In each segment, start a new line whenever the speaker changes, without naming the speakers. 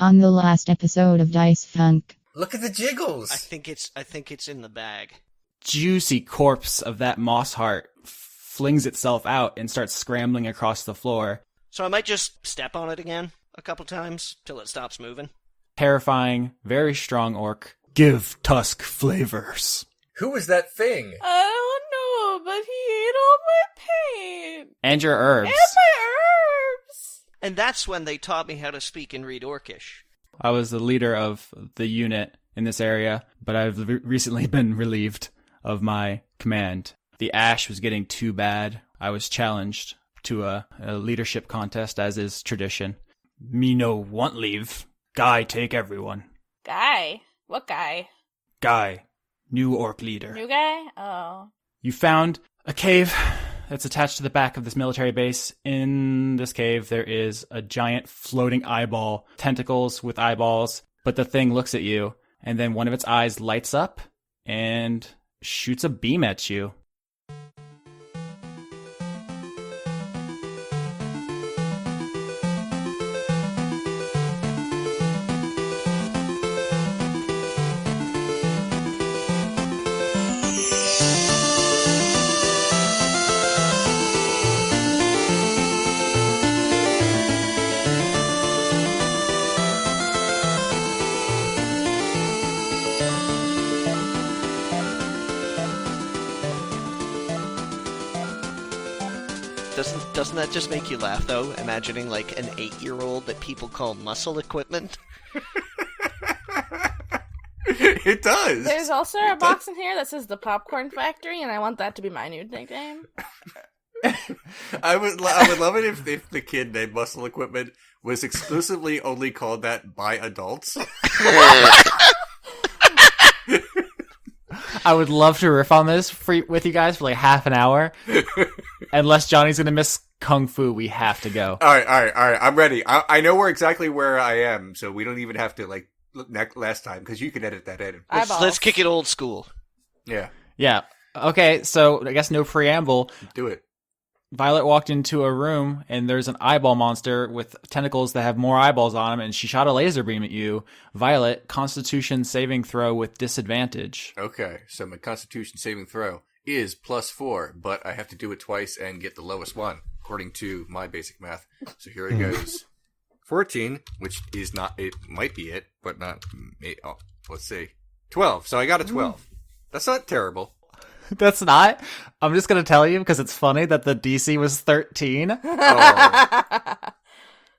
on the last episode of Dice Funk.
Look at the jiggles.
I think it's I think it's in the bag.
Juicy corpse of that moss heart flings itself out and starts scrambling across the floor.
So I might just step on it again a couple times till it stops moving.
Terrifying, very strong orc. Give tusk flavors.
Who was that thing?
I don't know, but he ate all my paint
And your herbs.
and my herbs.
And that's when they taught me how to speak and read Orcish.
I was the leader of the unit in this area, but I've re- recently been relieved of my command. The ash was getting too bad. I was challenged to a, a leadership contest, as is tradition. Me no want leave. Guy take everyone.
Guy, what guy?
Guy, new orc leader.
New guy? Oh,
You found a cave that's attached to the back of this military base. In this cave, there is a giant floating eyeball, tentacles with eyeballs, but the thing looks at you, and then one of its eyes lights up and shoots a beam at you.
Doesn't doesn't that just make you laugh though? Imagining like an eight year old that people call muscle equipment.
it does.
there's also a box in here that says the Popcorn Factory, and I want that to be my new nickname.
I would lo- I would love it if, if the kid named Muscle Equipment was exclusively only called that by adults.
I would love to riff on this for, with you guys for like half an hour. Unless Johnny's going to miss Kung Fu, we have to go.
All right, all right, all right. I'm ready. I, I know where exactly where I am, so we don't even have to like look neck last time because you can edit that in.
Let's,
Eyeballs.
let's kick it old school.
Yeah,
Yeah. Okay, so I guess no preamble.
do it.
Violet walked into a room and there's an eyeball monster with tentacles that have more eyeballs on them, and she shot a laser beam at you. Violet, Constitution saving throw with disadvantage.
Okay, so my Constitution saving throw is plus four, but I have to do it twice and get the lowest one according to my basic math. So here it goes. 14, which is not, it might be it, but not, may- oh, let's see. 12, so I got a 12. That's not terrible.
That's not. I'm just gonna tell you because it's funny that the DC was 13.
Oh,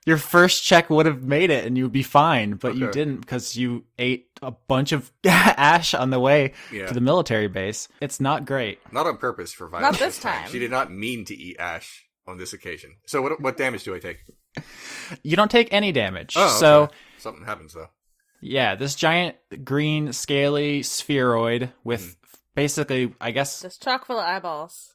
Your first check would have made it, and you'd be fine, but you
Okay.
didn't because you ate a bunch of ash on the way
Yeah.
to the military base. It's not great.
not on purpose for violence.
Not this time.
She did not mean to eat ash on this occasion. So what, what damage do I take?
You don't take any damage,
Oh, okay.
so
something happens though.
Yeah, this giant green scaly spheroid with basically, I guess,
Just chock full of eyeballs.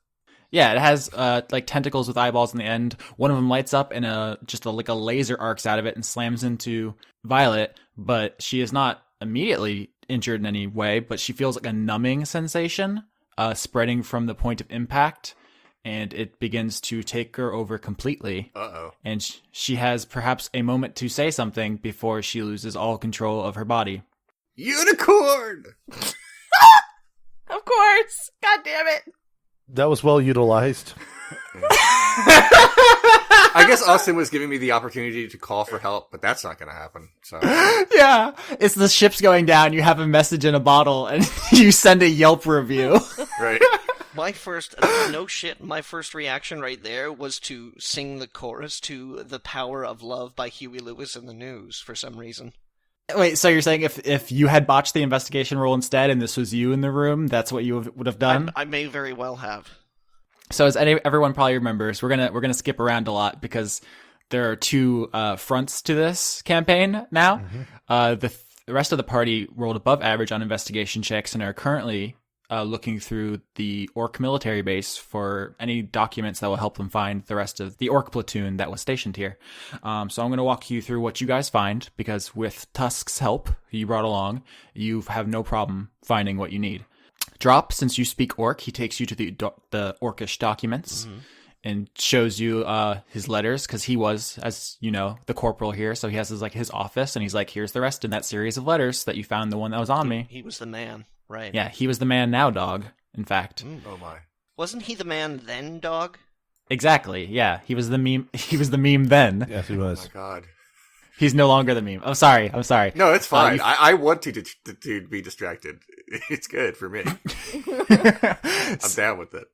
yeah, it has uh, like tentacles with eyeballs in the end. One of them lights up and a just a, like a laser arcs out of it and slams into Violet, but she is not immediately injured in any way. But she feels like a numbing sensation uh, spreading from the point of impact, and it begins to take her over completely.
Uh oh.
And sh- she has perhaps a moment to say something before she loses all control of her body.
Unicorn!
Of course. God damn it.
That was well utilized.
I guess Austin was giving me the opportunity to call for help, but that's not going to happen. So.
Yeah, it's the ship's going down. You have a message in a bottle, and you send a Yelp review.
Right.
My first no shit, my first reaction right there was to sing the chorus to The Power of Love by Huey Lewis in the News for some reason.
Wait, so you're saying if if you had botched the investigation role instead, and this was you in the room, that's what you have- would have done.
I, I may very well have.
so as any, everyone probably remembers, we're gonna we're gonna skip around a lot because there are two uh, fronts to this campaign now. Uh, the, th- the rest of the party rolled above average on investigation checks and are currently uh, looking through the orc military base for any documents that will help them find the rest of the orc platoon that was stationed here. Um, so I'm going to walk you through what you guys find because with Tusk's help, who you brought along, you have no problem finding
Mm-hmm.
what you need. Drop, since you speak orc, he takes you to the do- the orcish documents. and shows you uh, his letters because he was, as you know, the corporal here. So he has his like his office, and he's like, "Here's the rest in that series of letters that you found. The one that was on me."
He was the man, right?
Yeah, he was the man now, dog. In fact,
Mm.
Oh my.
Wasn't he the man then, dog?
exactly. Yeah, he was the meme. He was the meme then.
Yes, he
Oh my
was.
god.
He's no longer the meme. I'm sorry. I'm sorry.
No, it's
Uh,
fine.
you-
I, I want to, to to be distracted. It's good for me. I'm down with it.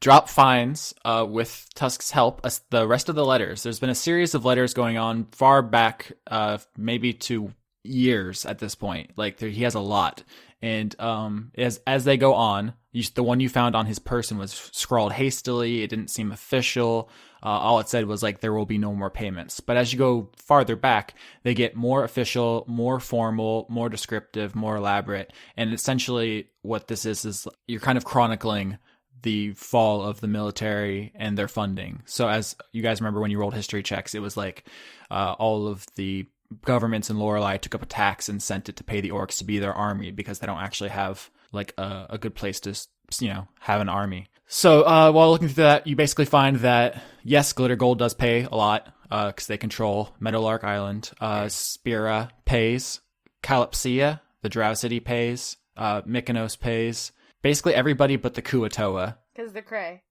drop finds uh, with Tusk's help as the rest of the letters. There's been a series of letters going on far back, uh, maybe to years at this point. Like there, he has a lot, and um, as as they go on, you, the one you found on his person was scrawled hastily. It didn't seem official. Uh, all it said was like there will be no more payments. But as you go farther back, they get more official, more formal, more descriptive, more elaborate. And essentially, what this is is you're kind of chronicling the fall of the military and their funding. So, as you guys remember when you rolled history checks, it was like uh, all of the governments in Lorelei took up a tax and sent it to pay the orcs to be their army because they don't actually have like a, a good place to, s- you know, have an army. So, uh, while looking through that, you basically find that yes, Glitter Gold does pay a lot because they control Meadowlark Island. Uh, Spira pays, Calypsia, the Drow City pays, uh, Mykonos pays. Basically, everybody but the Kuatoa
Because they're cray.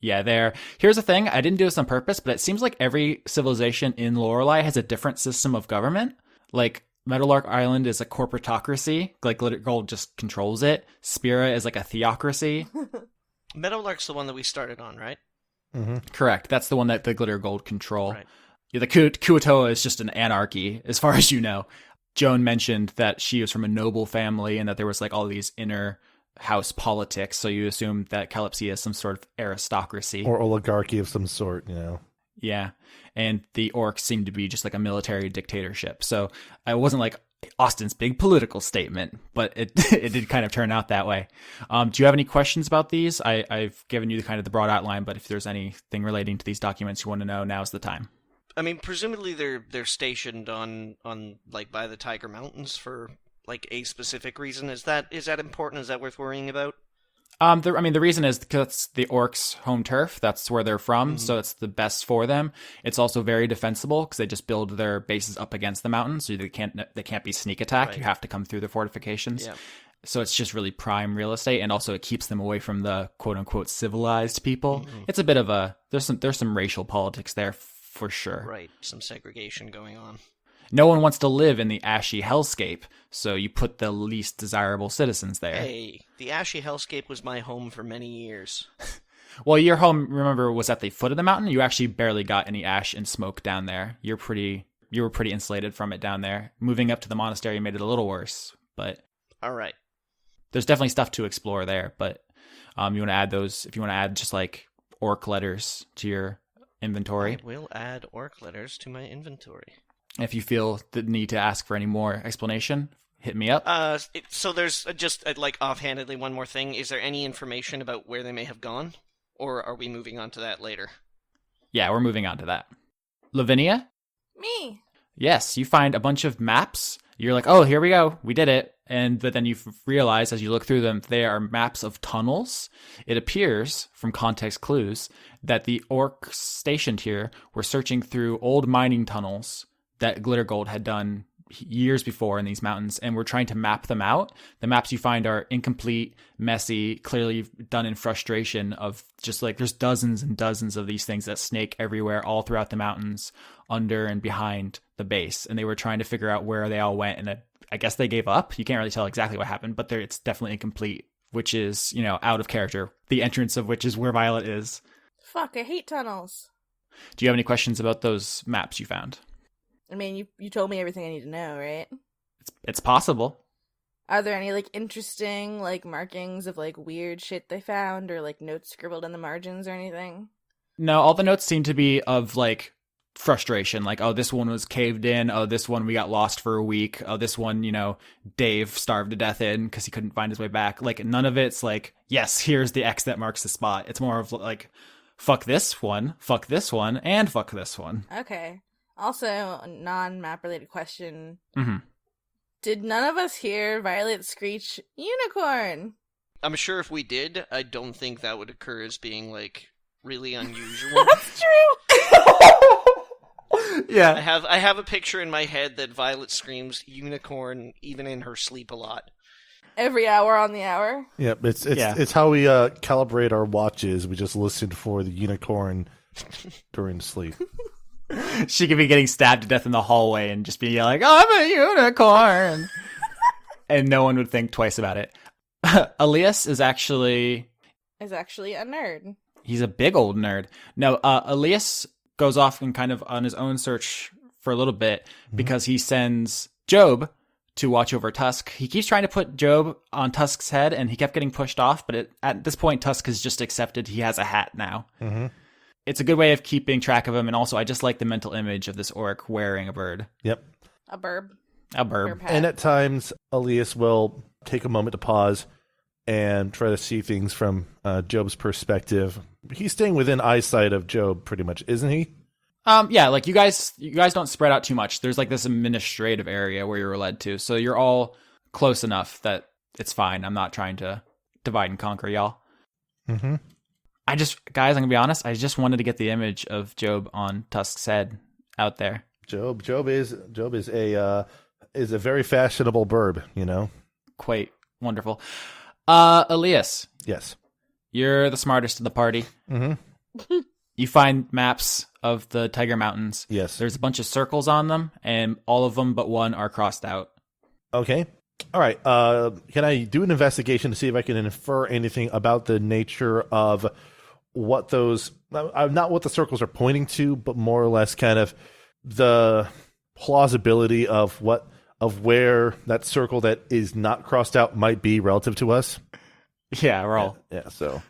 yeah, there. Here's the thing: I didn't do this on purpose, but it seems like every civilization in Lorelei has a different system of government. Like Meadowlark Island is a corporatocracy; like Glitter Gold just controls it. Spira is like a theocracy.
Meadowlark's the one that we started on, right?
hmm
Correct. That's the one that the Glitter Gold control.
Right.
Yeah, the Ku- Kuatoa is just an anarchy, as far as you know. Joan mentioned that she was from a noble family and that there was like all these inner house politics. So you assume that Calypsia is some sort of aristocracy.
Or oligarchy of some sort, you know.
Yeah. And the orcs seem to be just like a military dictatorship. So I wasn't like Austin's big political statement, but it it did kind of turn out that way. Um, do you have any questions about these? I, I've given you the kind of the broad outline, but if there's anything relating to these documents you want to know, now's the time.
I mean, presumably they're they're stationed on on like by the Tiger Mountains for like a specific reason. Is that is that important? Is that worth worrying about?
Um, the, I mean, the reason is because it's the orcs' home turf. That's where they're from, so it's the best for them. It's also very defensible because they just build their bases up against the mountain, so they can't they can't be sneak attack. You
Right.
have to come through the fortifications.
Yeah.
So it's just really prime real estate, and also it keeps them away from the quote unquote civilized people.
Mm-hmm.
It's a bit of a there's some there's some racial politics there for sure.
Right, some segregation going on.
No one wants to live in the ashy hellscape, so you put the least desirable citizens there.
Hey, the ashy hellscape was my home for many years.
Well, your home, remember, was at the foot of the mountain. You actually barely got any ash and smoke down there. You're pretty, you were pretty insulated from it down there. Moving up to the monastery made it a little worse, but
All right.
there's definitely stuff to explore there. But um, you want to add those if you want to add just like orc letters to your inventory.
I will add orc letters to my inventory.
If you feel the need to ask for any more explanation, hit me up.
Uh, it, so there's uh, just uh, like offhandedly one more thing. Is there any information about where they may have gone, or are we moving on to that later?
yeah, we're moving on to that. Lavinia,
Me.
Yes, you find a bunch of maps. You're like, oh, here we go. We did it. And but then you f- realize as you look through them, they are maps of tunnels. It appears from context clues that the orcs stationed here were searching through old mining tunnels that Glitter Gold had done years before in these mountains and we're trying to map them out. The maps you find are incomplete, messy, clearly done in frustration of just like there's dozens and dozens of these things that snake everywhere all throughout the mountains under and behind the base and they were trying to figure out where they all went and I, I guess they gave up. You can't really tell exactly what happened, but they're, it's definitely incomplete, which is, you know, out of character. The entrance of which is where Violet is.
Fuck, I hate tunnels.
Do you have any questions about those maps you found?
I mean, you you told me everything I need to know, right?
It's it's possible.
Are there any like interesting like markings of like weird shit they found or like notes scribbled in the margins or anything?
No, all the notes seem to be of like frustration, like, oh, this one was caved in. Oh, this one we got lost for a week. Oh, this one, you know, Dave starved to death in because he couldn't find his way back. Like, none of it's like, yes, here's the X that marks the spot. It's more of like, fuck this one, fuck this one, and fuck this one.
Okay. Also, non map related question.
Mhm.
Did none of us hear Violet screech unicorn?
I'm sure if we did, I don't think that would occur as being like really unusual.
That's true.
I
yeah.
have I have a picture in my head that Violet screams unicorn even in her sleep a lot.
Every hour on the hour.
Yep, it's it's
Yeah.
it's how we uh, calibrate our watches. We just listen for the unicorn during sleep.
She could be getting stabbed to death in the hallway and just be like, I'm a unicorn. and no one would think twice about it. Elias is actually
Is actually a nerd.
He's a big old nerd. No, uh, Elias goes off and kind of on his own search for a little bit because he sends Job to watch over Tusk. He keeps trying to put Job on Tusk's head, and he kept getting pushed off. But it, at this point, Tusk has just accepted he has a hat now.
Mhm.
It's a good way of keeping track of him, and also I just like the mental image of this orc wearing a bird,
Yep.
A burb.
a
Burb
bird.
hat.
And at times, Elias will take a moment to pause and try to see things from uh, Job's perspective. He's staying within eyesight of Job, pretty much, isn't he?
Um, yeah, like you guys, you guys don't spread out too much. There's like this administrative area where you're led to, so you're all close enough that it's fine. I'm not trying to divide and conquer y'all.
Mm-hmm.
I just, guys, I'm gonna be honest. I just wanted to get the image of Job on Tusk's head out there.
Job. Job is Job is a uh, is a very fashionable burb. You know.
Quite wonderful. Uh, Elias,
Yes.
you're the smartest of the party.
Mm-hmm.
You find maps of the Tiger Mountains.
Yes.
There's a bunch of circles on them, and all of them but one are crossed out.
Okay. All right. Uh, can I do an investigation to see if I can infer anything about the nature of what those, uh, not what the circles are pointing to, but more or less kind of the plausibility of what, of where that circle that is not crossed out might be relative to us?
Yeah, roll.
Yeah. So,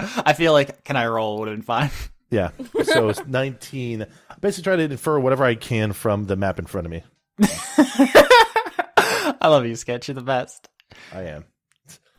I feel like can I roll would have been fine.
yeah. So it's 19. Basically, try to infer whatever I can from the map in front of me.
I love you, Sketch. You're the best.
I am.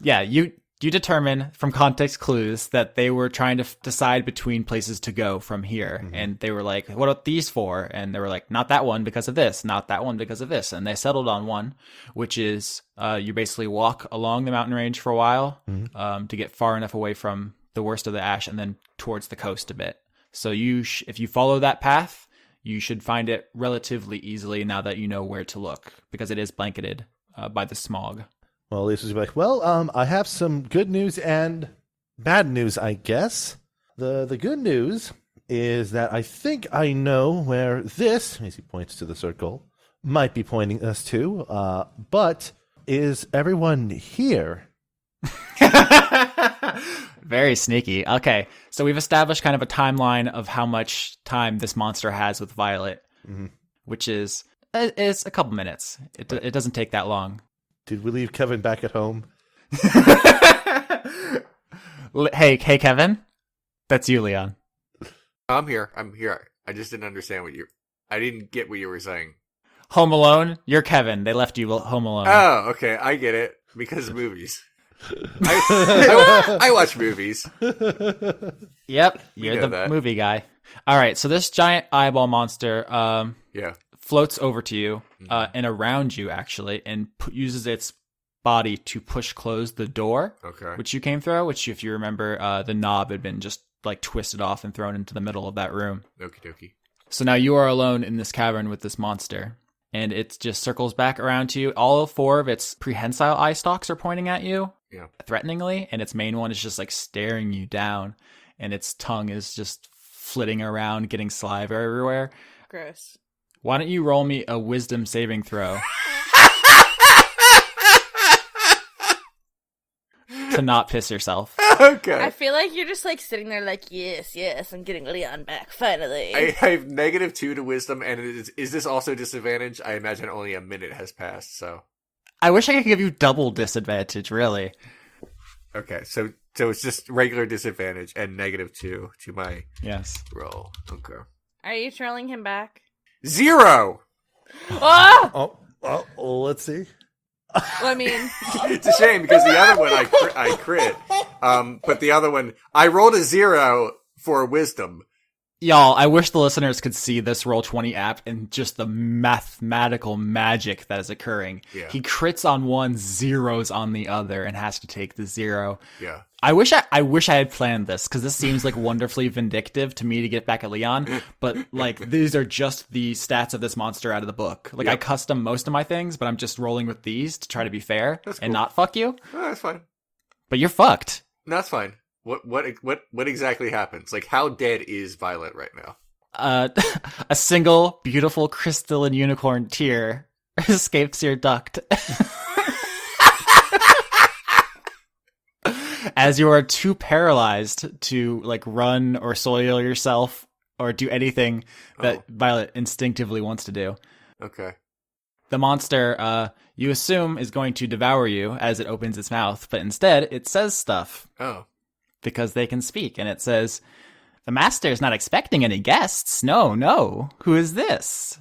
Yeah, you you determine from context clues that they were trying to f- decide between places to go from here, and they were like, "What are these for?" And they were like, "Not that one because of this, not that one because of this," and they settled on one, which is uh, you basically walk along the mountain range for a while um, to get far enough away from the worst of the ash, and then towards the coast a bit. So you, sh- if you follow that path, you should find it relatively easily now that you know where to look because it is blanketed uh, by the smog.
Well, Elise was like, "Well, um, I have some good news and bad news, I guess. the The good news is that I think I know where this, as he points to the circle, might be pointing us to. Uh, but is everyone here?
Very sneaky. Okay, so we've established kind of a timeline of how much time this monster has with Violet,
Mhm.
which is uh, it's a couple minutes. It it doesn't take that long.
Did we leave Kevin back at home?
L- hey, hey, Kevin, that's you, Leon.
I'm here. I'm here. I just didn't understand what you. I didn't get what you were saying.
Home Alone, you're Kevin. They left you home alone.
Oh, okay. I get it because of movies. I, I, I watch movies.
yep,
We
you're
know
the
that.
movie guy. All right, so this giant eyeball monster. Um,
Yeah. Mm-hmm.
floats over to you uh, and around you actually and pu- uses its body to push close the door
Okay.
which you came through which if you remember uh, the knob had been just like twisted off and thrown into the middle of that room
Okie dokie.
so now you are alone in this cavern with this monster and it just circles back around to you all four of its prehensile eye stalks are pointing at you
Yeah.
threateningly and its main one is just like staring you down and its tongue is just flitting around getting saliva everywhere
Gross.
why don't you roll me a wisdom saving throw to not piss yourself.
I
okay.
feel like you're just like sitting there like, yes, yes, I'm getting Leon back finally.
I, I have negative two to wisdom, and it is, is this also disadvantage? I imagine only a minute has passed, so
I wish I could give you double disadvantage, really.
okay. So so it's just regular disadvantage and negative two to my
Yes.
roll. Okay,
Are you trolling him back?
zero.
oh!
Oh, oh, let's see.
Well, I mean,
It's a shame because the other one I cr- I crit, um, but the other one I rolled a zero for wisdom,
Y'all, I wish the listeners could see this Roll20 app and just the mathematical magic that is occurring.
Yeah.
He crits on one, zeros on the other, and has to take the zero.
Yeah.
I wish I, I wish I had planned this because this seems like wonderfully vindictive to me to get back at Leon. But like these are just the stats of this monster out of the book. Like I
Yep.
custom most of my things, but I'm just rolling with these to try to be fair
That's
and
cool.
not fuck you.
Oh, that's fine.
But you're fucked.
No, that's fine. What what what what exactly happens? Like how dead is Violet right now?
Uh, a single beautiful crystalline unicorn tear escapes your duct. As you are too paralyzed to like run or soil yourself or do anything that
Oh,
Violet instinctively wants to do.
okay.
The monster, uh, you assume is going to devour you as it opens its mouth, but instead it says stuff
Oh.
because they can speak, and it says, "The master is not expecting any guests. No, no. Who is this?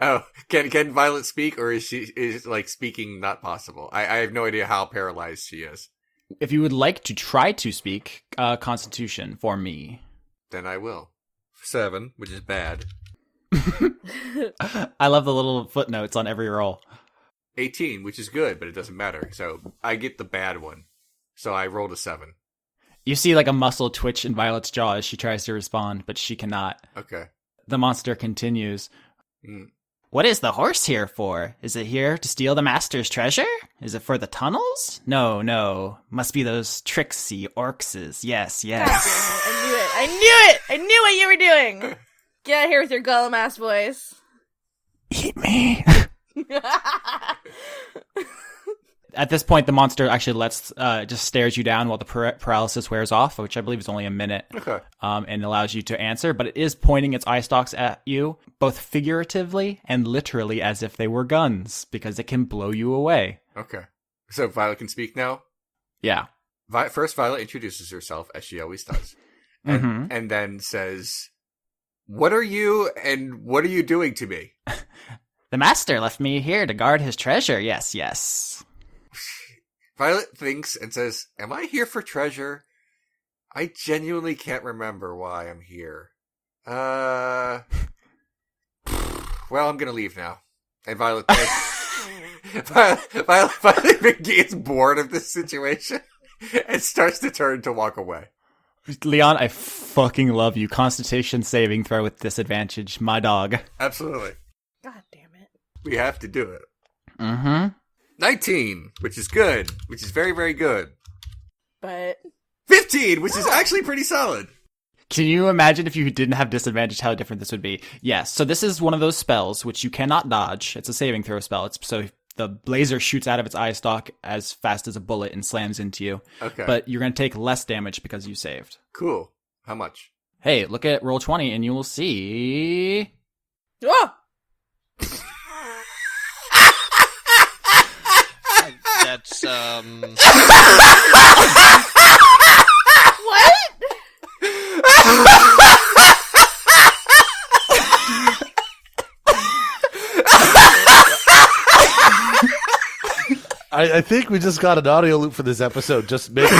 Oh, can can Violet speak or is she is like speaking not possible? I, I have no idea how paralyzed she is.
If you would like to try to speak, uh, Constitution for me."
Then I will. Seven, which is bad.
I love the little footnotes on every roll.
Eighteen, which is good, but it doesn't matter. So I get the bad one. So I rolled a seven.
You see like a muscle twitch in Violet's jaw as she tries to respond, but she cannot.
Okay.
The monster continues.
Mm.
What is the horse here for? Is it here to steal the master's treasure? Is it for the tunnels? No, no. Must be those tricksy orcses. Yes,
God damn it,
yes.
I knew it. I knew it. I knew what you were doing. Get out of here with your gollum ass voice.
Eat me.
That's
At this point, the monster actually lets, uh, just stares you down while the par- paralysis wears off, which I believe is only a minute,
Okay.
um, and allows you to answer, but it is pointing its eye stalks at you, both figuratively and literally as if they were guns, because it can blow you away.
Okay. So Violet can speak now.
Yeah.
Vi- First, Violet introduces herself as she always does, and,
Mhm.
and then says, "What are you? And what are you doing to me?"
The master left me here to guard his treasure. Yes, yes.
Violet thinks and says, "Am I here for treasure? I genuinely can't remember why I'm here. Uh, well, I'm gonna leave now." And Violet, Violet, Violet, Violet gets bored of this situation and starts to turn to walk away.
Leon, I fucking love you. Constitution saving throw with disadvantage. My dog.
Absolutely,
God damn it.
we have to do it.
Mm-hmm.
19, which is good, which is very, very good.
But
15, which is actually pretty solid.
Can you imagine if you didn't have disadvantage how different this would be? Yes. So this is one of those spells which you cannot dodge. It's a saving throw spell. It's so the laser shoots out of its eye stalk as fast as a bullet and slams into you.
Okay.
But you're gonna take less damage because you saved.
cool. How much?
Hey, look at roll twenty and you will see
oh,
That's um.
what?
I, I think we just got an audio loop for this episode. Just making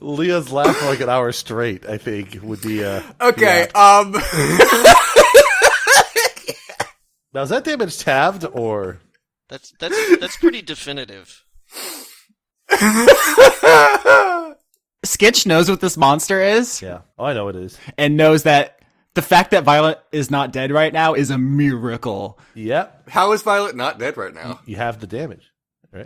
Leah's laugh for like an hour straight. I think would be. Uh,
Okay, um,
now is that damage tabbed or?
That's that's that's pretty definitive.
Skitch knows what this monster is.
Yeah. Oh, I know it is.
and knows that the fact that Violet is not dead right now is a miracle.
Yep.
how is Violet not dead right now?
You have the damage.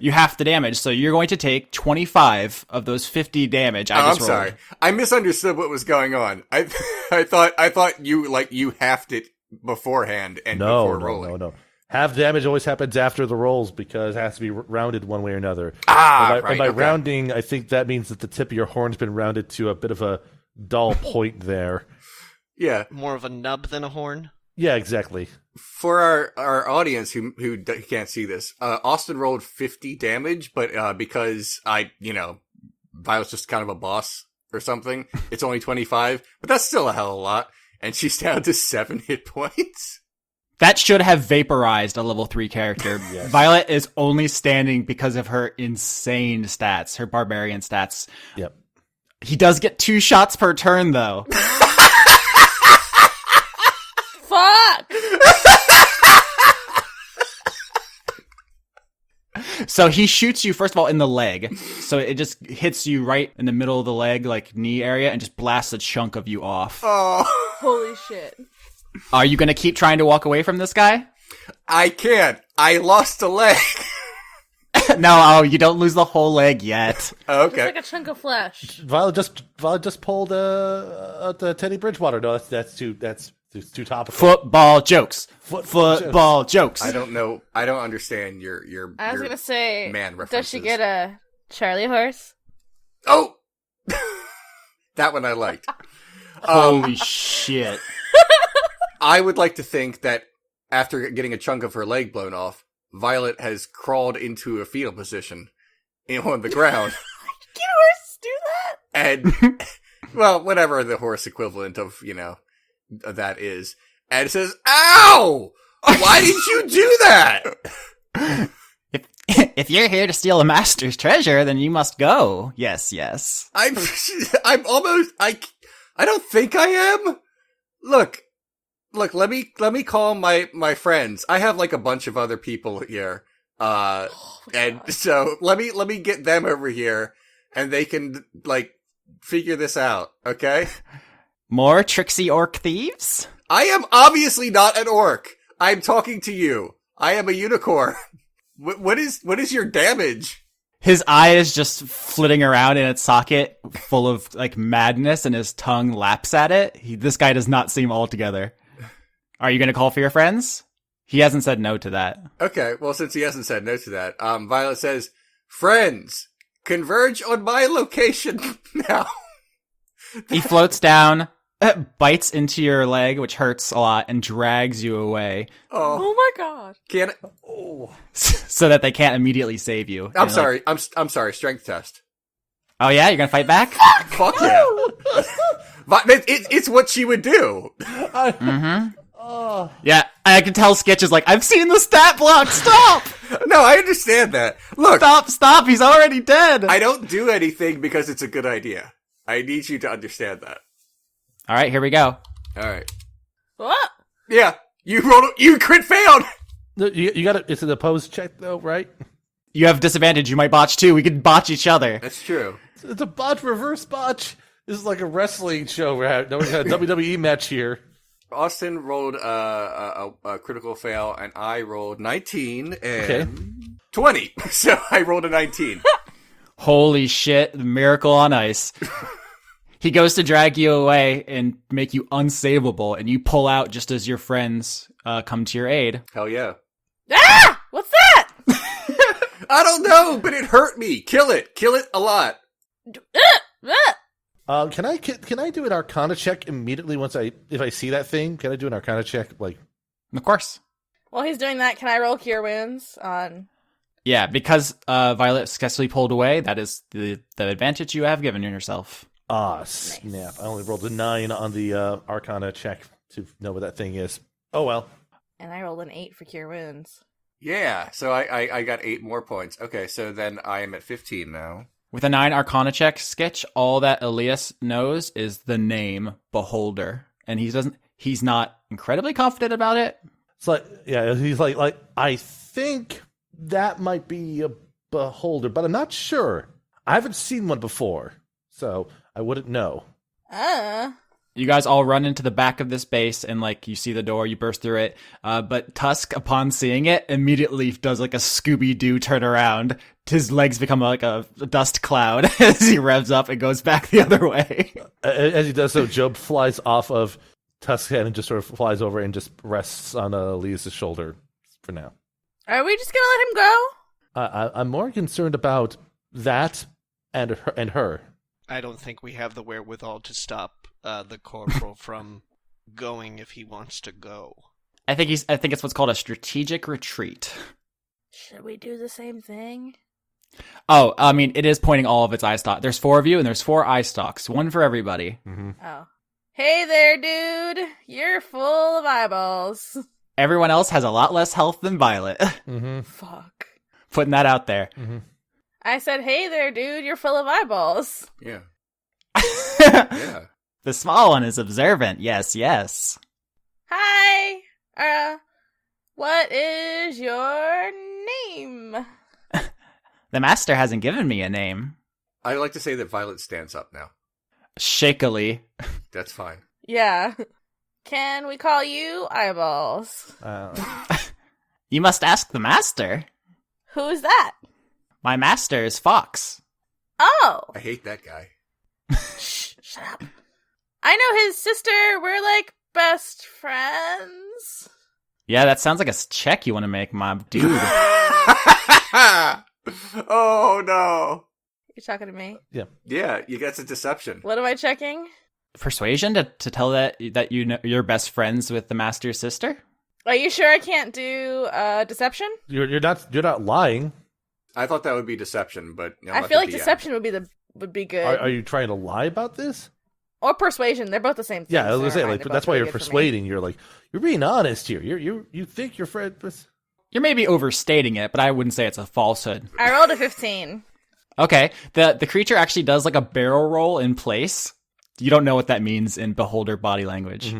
You have the damage, so you're going to take 25 of those 50 damage. I
Oh, I'm
just rolled.
sorry. I misunderstood what was going on. I, I thought, I thought you like you halved it beforehand and
No,
before
no,
rolling.
no, no. Half damage always happens after the rolls because it has to be r- rounded one way or another.
Ah,
and by,
right.
and by
okay.
rounding, I think that means that the tip of your horn's been rounded to a bit of a dull point there.
yeah.
More of a nub than a horn.
Yeah, exactly.
For our, our audience who who d- can't see this, uh, Austin rolled 50 damage, but uh, because I, you know, Violet's just kind of a boss or something, it's only 25, but that's still a hell of a lot. And she's down to seven hit points.
That should have vaporized a level 3 character.
Yes.
Violet is only standing because of her insane stats, her barbarian stats.
Yep.
He does get two shots per turn, though.
Fuck!
so he shoots you first of all in the leg. So it just hits you right in the middle of the leg, like knee area, and just blasts a chunk of you off.
Oh,
Holy shit.
Are you gonna keep trying to walk away from this guy?
I can't. I lost a leg.
no, oh, you don't lose the whole leg yet.
Looks
okay.
like a chunk of flesh.
Violet just Violet just pulled uh, uh the Teddy Bridgewater. No, that's that's too that's it's too topical.
Football jokes.
Foot-
Football jokes.
I don't know. I don't understand your your.
I was
your-
gonna say,
man
does
references.
she get a Charlie horse?
Oh, that one I liked. Um,
Holy shit.
I would like to think that after getting a chunk of her leg blown off, Violet has crawled into a fetal position in- on the ground
Can horses do that?
and, well, whatever the horse equivalent of, you know, that is, and says, Ow! Why did you do that?
If if you're here to steal a master's treasure, then you must go. Yes, yes.
I'm, I'm almost, I, I don't think I am. Look, look, let me, let me call my, my friends. I have like a bunch of other people here. Uh,
Oh my
and
God.
so let me let me get them over here and they can like figure this out okay
More tricksy orc thieves?
i am obviously not an orc i'm talking to you i am a unicorn Wh- what is what is your damage
His eye is just flitting around in its socket, full of like madness, and his tongue laps at it. He, this guy does not seem altogether. Are you going to call for your friends? He hasn't said no to that.
okay well since he hasn't said no to that um violet says friends converge on my location now
He floats down, uh, bites into your leg, which hurts a lot, and drags you away
oh
Oh my god.
can
so that they can't immediately save you.
i'm
And, like,
sorry i'm s- i'm sorry strength test
oh yeah, you're going to fight back?
fuck yeah Vi- it, it, it's what she would do
Mm-hmm. Yeah, I can tell Sketch is like, I've seen the stat block. Stop!
no i understand that look
stop! Stop! He's already dead.
I don't do anything because it's a good idea. I need you to understand that.
All right, here we go.
All right.
What?
Yeah, you rolled. a- You crit failed.
No, you, you got it. It's an opposed check though, right?
You have disadvantage. You might botch too. We could botch each other.
That's true.
It's a botch reverse botch. This is like a wrestling show. We're having. We got a WWE match here.
Austin rolled uh, a, a, a critical fail, and I rolled nineteen and
Okay.
twenty. So I rolled a nineteen.
Holy shit! The miracle on ice. he goes to drag you away and make you unsavable, and you pull out just as your friends uh, come to your aid.
Hell yeah.
Ah! What's that?
I don't know, but it hurt me. Kill it. Kill it a lot.
Ah!
Uh, can I can, can I do an Arcana check immediately once I if I see that thing? Can I do an Arcana check? Like
Of course.
While he's doing that, can I roll cure wounds on?
Yeah, because uh, Violet successfully pulled away. That is the the advantage you have given yourself.
ah snap! I only rolled a nine on the uh, Arcana check to know what that thing is. Oh well.
And I rolled an eight for cure wounds.
Yeah. So I, I I got eight more points. Okay. So then I am at fifteen now.
With a nine arcana check sketch, all that Elias knows is the name Beholder. And he doesn't he's not incredibly confident about it.
It's like yeah, he's like like I think that might be a beholder, but I'm not sure. I haven't seen one before, so I wouldn't know.
Uh.
You guys all run into the back of this base and like you see the door, you burst through it. Uh, but Tusk, upon seeing it, immediately does like a Scooby Doo turnaround. His legs become like a dust cloud as he revs up and goes back the other way.
A- a- As he does so, Job flies off of Tusk's head and just sort of flies over and just rests on uh, Elias's shoulder for now.
Are we just gonna let him go?
I, I, I'm more concerned about that and her, and her.
I don't think we have the wherewithal to stop uh, the corporal from going if he wants to go.
I think he's I think it's what's called a strategic retreat.
Should we do the same thing?
Oh, I mean, it is pointing all of its eye stalk. There's four of you, and there's four eye stalks, one for everybody.
Oh. Hey there, dude. You're full of eyeballs.
Everyone else has a lot less health than Violet.
Mm-hmm.
Fuck.
Putting that out there.
I said, hey there, dude. You're full of eyeballs.
Yeah. Yeah.
the small one is observant. Yes, yes.
Hi. Uh, what is your name?
The master hasn't given me a name.
I like to say that Violet stands up now.
Shakily.
That's fine.
Yeah. Can we call you Eyeballs?
Uh,
You must ask the master.
Who is that?
My master is Fox.
Oh,
I hate that guy.
shh, shut up. I know his sister. We're like best friends.
Yeah, that sounds like a s- check you want to make, mob dude.
oh no.
You're talking to me.
Yeah, you got the deception.
What am I checking?
Persuasion to, to tell that that you know, you're best friends with the master's sister.
Are you sure I can't do uh, deception?
you're, you're not you're not lying.
I thought that would be deception, but I'm
I
not
feel
the
like
DM.
deception would be the would be good,
uh, Are, are you trying to lie about this?
or persuasion. They're both the same. Thing,
Yeah, I was
so
gonna say
never mind,
like
they're
that's
both
why
really
you're
good for me.
persuading. You're like you're being honest here. You you you think your friend was
You're maybe overstating it, but I wouldn't say it's a falsehood.
I rolled a fifteen.
Okay, the the creature actually does like a barrel roll in place. You don't know what that means in beholder body language.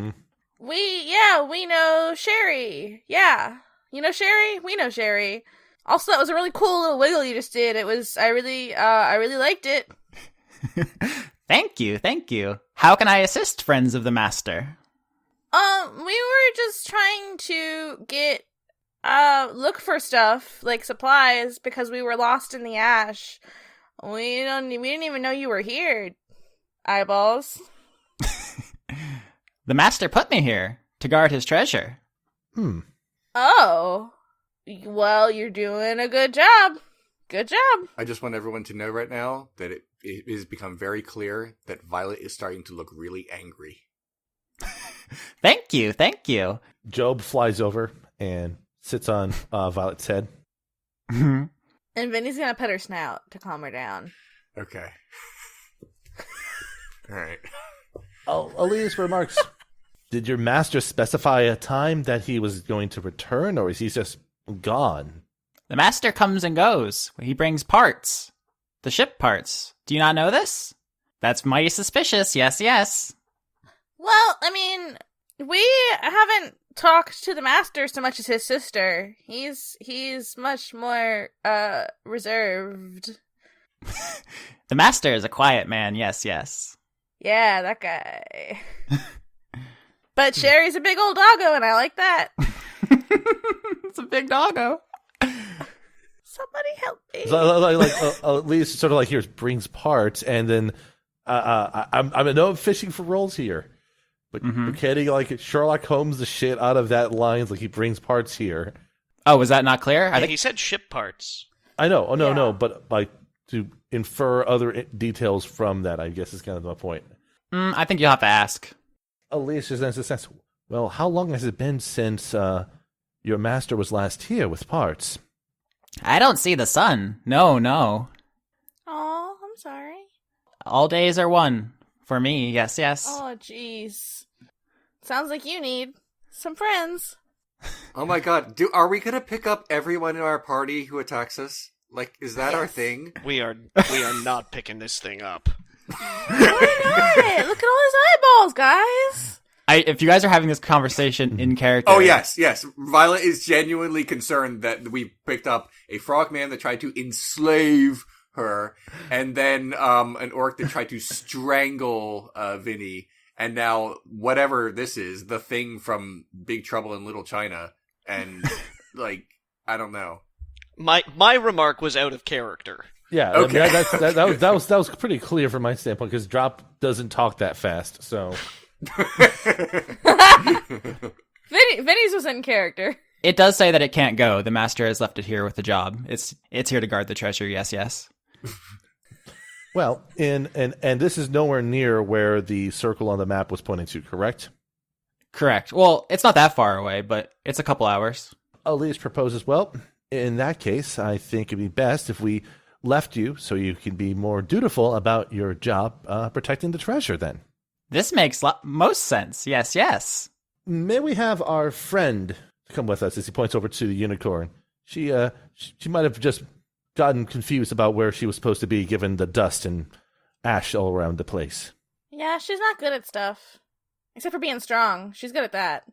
We yeah, we know Sherry. Yeah. You know Sherry? We know Sherry. Also that was a really cool little wiggle you just did. It was I really uh I really liked it.
Thank you, thank you. How can I assist friends of the master?
Um we were just trying to get uh look for stuff like supplies because we were lost in the ash. We don't we didn't even know you were here. Eyeballs.
The master put me here to guard his treasure.
hmm.
Oh. Well, you're doing a good job. Good job.
I just want everyone to know right now that it, it has become very clear that Violet is starting to look really angry.
Thank you, thank you.
Job flies over and sits on uh, Violet's head.
And Vinny's gonna pet her snout to calm her down.
Okay. All right.
Oh, Elias remarks. Did your master specify a time that he was going to return, or is he just gone?
The master comes and goes. He brings parts. The ship parts. Do you not know this? That's mighty suspicious. Yes, yes.
Well, I mean, we haven't talked to the master so much as his sister. He's he's much more uh reserved.
The master is a quiet man. Yes, yes.
Yeah, that guy. but Sherry's a big old doggo and I like that.
it's a big doggo.
Somebody help me.
So, like, like, like, uh, Elias sort of like here's brings parts, and then uh, uh, I- I'm I'm no fishing for roles here, but
Mhm.
you're getting like Sherlock Holmes the shit out of that line. Like he brings parts here.
Oh, was that not clear? I
Yeah,
think
he said ship parts.
I know. Oh no,
Yeah.
no, but like to infer other i- details from that, I guess is kind of my point.
mm, I think you'll have to ask.
Elias just answers this. Well, how long has it been since uh, your master was last here with parts?
I don't see the sun. No, no.
Oh, I'm sorry.
All days are one for me. Yes, yes.
Oh jeez. Sounds like you need some friends.
Oh my god, do are we gonna pick up everyone in our party who attacks us? Like, is that our
Yes.
thing?
We are we are not picking this thing up.
Why not? Look at all his eyeballs, guys.
I, if you guys are having this conversation in character,
Oh yes, yes. Violet is genuinely concerned that we picked up a frogman that tried to enslave her, and then um, an orc that tried to strangle uh, Vinny, and now whatever this is, the thing from Big Trouble in Little China, and like I don't know.
My my remark was out of character.
Yeah, I mean,
Okay.
that, that's, that, that, was, that was that was pretty clear from my standpoint because Drop doesn't talk that fast. So
Vinny, Vinny's was in character.
It does say that it can't go. The master has left it here with the job. It's it's here to guard the treasure. Yes, yes.
well, in and and this is nowhere near where the circle on the map was pointing to. Correct.
Correct. Well, it's not that far away, but it's a couple hours.
Elias proposes, well, in that case, I think it'd be best if we left you so you can be more dutiful about your job uh, protecting the treasure then.
This makes lo- most sense. Yes, yes.
May we have our friend come with us as he points over to the unicorn. She uh she, she might have just gotten confused about where she was supposed to be given the dust and ash all around the place.
Yeah, she's not good at stuff. Except for being strong. She's good at that.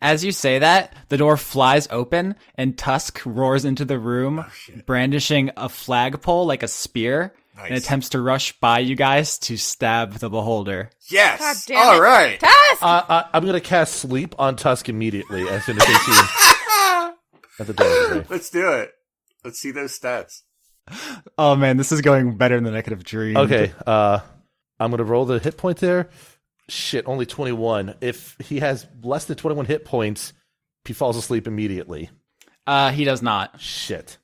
As you say that, the door flies open and Tusk roars into the room,
Oh, shit.
brandishing a flagpole like a spear, and
Nice.
attempts to rush by you guys to stab the beholder.
God
Yes.
damn
All
it.
right.
Tusk!
Uh, uh, I'm going to cast sleep on Tusk immediately as soon as they see him at the door.
Let's do it. Let's see those stats.
Oh man, this is going better than I could have dreamed.
Okay, uh, I'm going to roll the hit point there. Shit, only 21. If he has less than 21 hit points, he falls asleep immediately.
Uh, he does not.
Shit.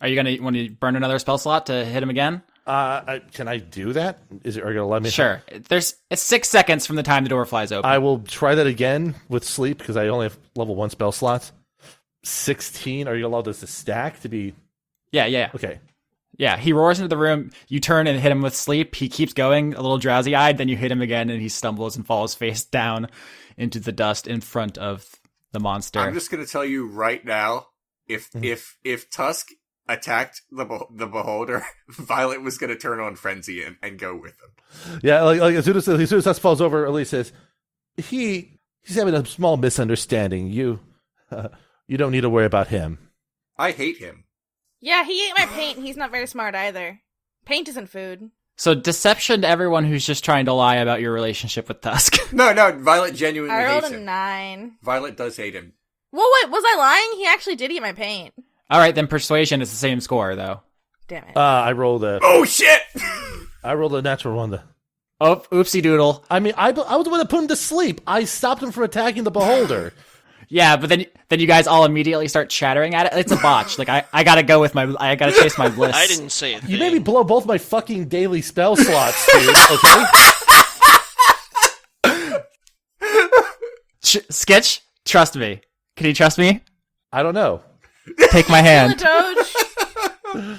Are you gonna want to burn another spell slot to hit him again?
Uh, I, can I do that? Is it, are you going to let me?
Sure. There's it's six seconds from the time the door flies open.
I will try that again with sleep because I only have level one spell slots. 16. Are you allowed this to stack to be.
yeah, yeah, yeah.
Okay.
yeah. He roars into the room. You turn and hit him with sleep. He keeps going, a little drowsy eyed. Then you hit him again, and he stumbles and falls face down into the dust in front of the monster.
I'm just gonna tell you right now, if if if Tusk attacked the beh- the beholder, Violet was gonna turn on frenzy and, and go with him.
Yeah, like, like as soon as as soon as us falls over, Elise says, "He he's having a small misunderstanding. You uh, you don't need to worry about him."
I hate him.
Yeah, he ate my paint. He's not very smart either. Paint isn't food.
so deception to everyone who's just trying to lie about your relationship with Tusk.
No, no, Violet genuinely
I rolled
hates
a
him.
nine.
Violet does hate him.
Well, wait, was I lying? He actually did eat my paint.
All right, then persuasion is the same score though.
Damn it.
Uh, I rolled a
Oh shit!
I rolled a natural one. To,
Oh, oopsie doodle.
I mean, I I was the one that put him to sleep. I stopped him from attacking the beholder.
Yeah, but then then you guys all immediately start chattering at it. It's a botch. like I, I gotta go with my I gotta chase my bliss.
I didn't say a thing.
You made me blow both my fucking daily spell slots, dude. Okay,
Ch- sketch. Trust me. Can you trust me?
I don't know.
Take my
The
hand.
Doge.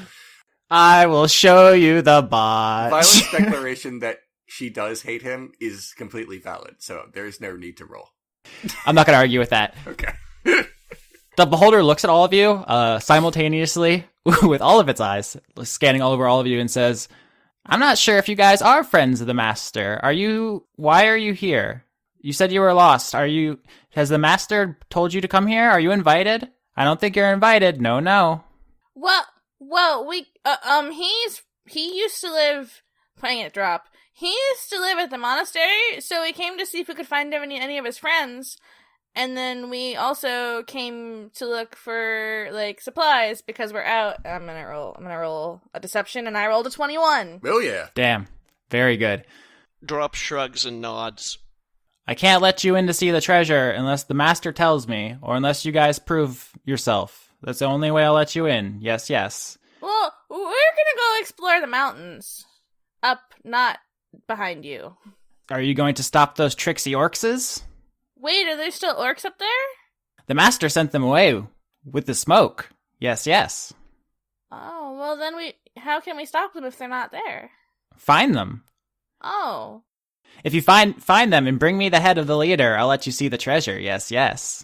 I will show you the botch.
Violet's declaration that she does hate him is completely valid, so there's no need to roll.
I'm not gonna argue with that.
Okay.
The beholder looks at all of you uh, simultaneously with all of its eyes, scanning all over all of you, and says, "I'm not sure if you guys are friends of the master. Are you? Why are you here? You said you were lost. Are you? Has the master told you to come here? Are you invited? I don't think you're invited. No, no.
Well, well, we uh, um, he's he used to live playing it drop. He used to live at the monastery, so we came to see if we could find any any of his friends, and then we also came to look for like supplies because we're out. I'm gonna roll. I'm gonna roll a deception, and I rolled a twenty-one.
Oh yeah.
Damn. Very good.
Drop shrugs and nods.
I can't let you in to see the treasure unless the master tells me, or unless you guys prove yourself. That's the only way I'll let you in. Yes, yes.
Well, we're gonna go explore the mountains, up, not behind you.
Are you going to stop those tricksy orcses?
Wait, are there still orcs up there?
The master sent them away with the smoke. Yes, yes.
Oh, well then we. How can we stop them if they're not there?
Find them.
Oh.
If you find find them and bring me the head of the leader, I'll let you see the treasure. Yes, yes.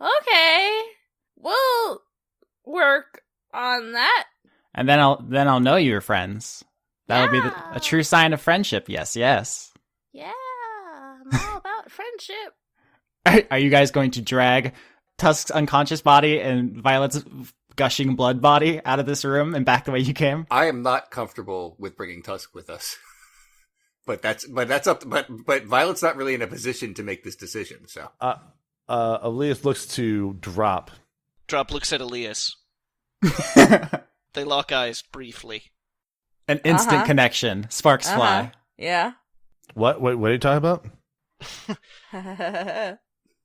Okay. We'll work on that.
And then I'll then I'll know you're friends. That'll be the,
Yeah.
a true sign of friendship. Yes, yes.
Yeah. I'm all about friendship.
Are, are you guys going to drag Tusk's unconscious body and Violet's gushing blood body out of this room and back the way you came?
I am not comfortable with bringing Tusk with us. But that's but that's up but but Violet's not really in a position to make this decision, so
Uh, uh, Elias looks to drop.
Drop looks at Elias.
An
They lock eyes briefly.
instant
Uh-huh.
connection. Sparks fly.
Yeah.
What? What? What are you talking about?
yeah.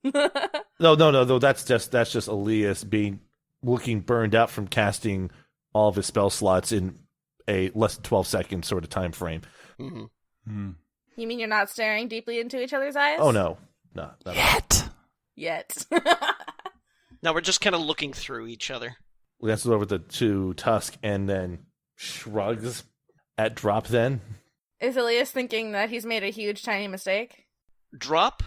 No, no, no, no. That's just that's just Elias being looking burned out from casting all of his spell slots in a less than twelve second sort of time frame.
hmm
Hmm.
You mean you're not staring deeply into each other's eyes?
Oh no, no, no, no.
Yet.
Yet.
Now we're just kind of looking through each other.
Lances over the to Tusk and then shrugs at drop. Then
Is Elias thinking that he's made a huge tiny mistake?
Drop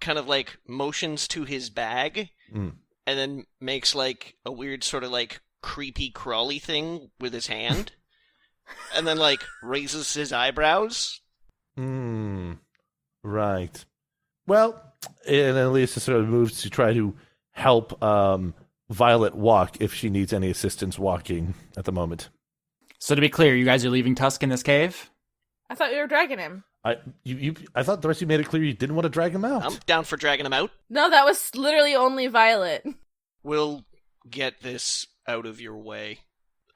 kind of like motions to his bag
Mm.
and then makes like a weird sort of like creepy crawly thing with his hand and then like raises his eyebrows.
Hmm. Right. Well, and then Lisa sort of moves to try to help um, Violet walk if she needs any assistance walking at the moment.
So to be clear, you guys are leaving Tusk in this cave.
I thought we were dragging him.
I you, you I thought the rest of you made it clear you didn't want to drag him out.
I'm down for dragging him out.
No, that was literally only Violet.
We'll get this out of your way,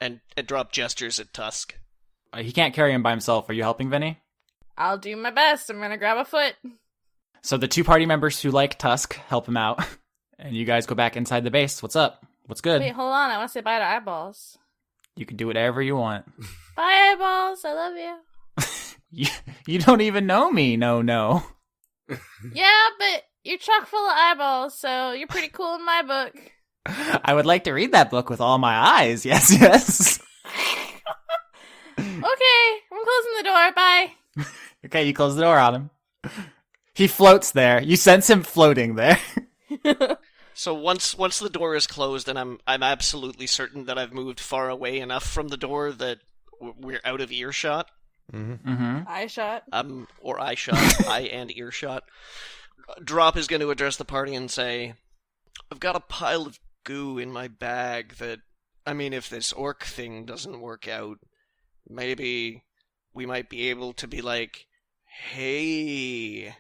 and, and drop gestures at Tusk.
Uh, He can't carry him by himself. Are you helping Vinny?
I'll do my best. I'm gonna grab a foot.
So the two party members who like Tusk help him out, and you guys go back inside the base. What's up? What's good?
Wait, hold on. I want to say bye to eyeballs.
You can do whatever you want.
Bye, eyeballs. I love you.
You, you don't even know me. No, no.
Yeah, but you're chock full of eyeballs, so you're pretty cool in my book.
I would like to read that book with all my eyes. Yes, yes.
Okay, I'm closing the door. Bye.
Okay, you close the door on him. He floats there. You sense him floating there.
So once once the door is closed, and I'm I'm absolutely certain that I've moved far away enough from the door that w- we're out of earshot.
Mm-hmm.
Mm-hmm.
Eye shot.
um, or eye shot, eye and ear shot. Drop is going to address the party and say, "I've got a pile of goo in my bag that, I mean, if this orc thing doesn't work out, maybe we might be able to be like, hey,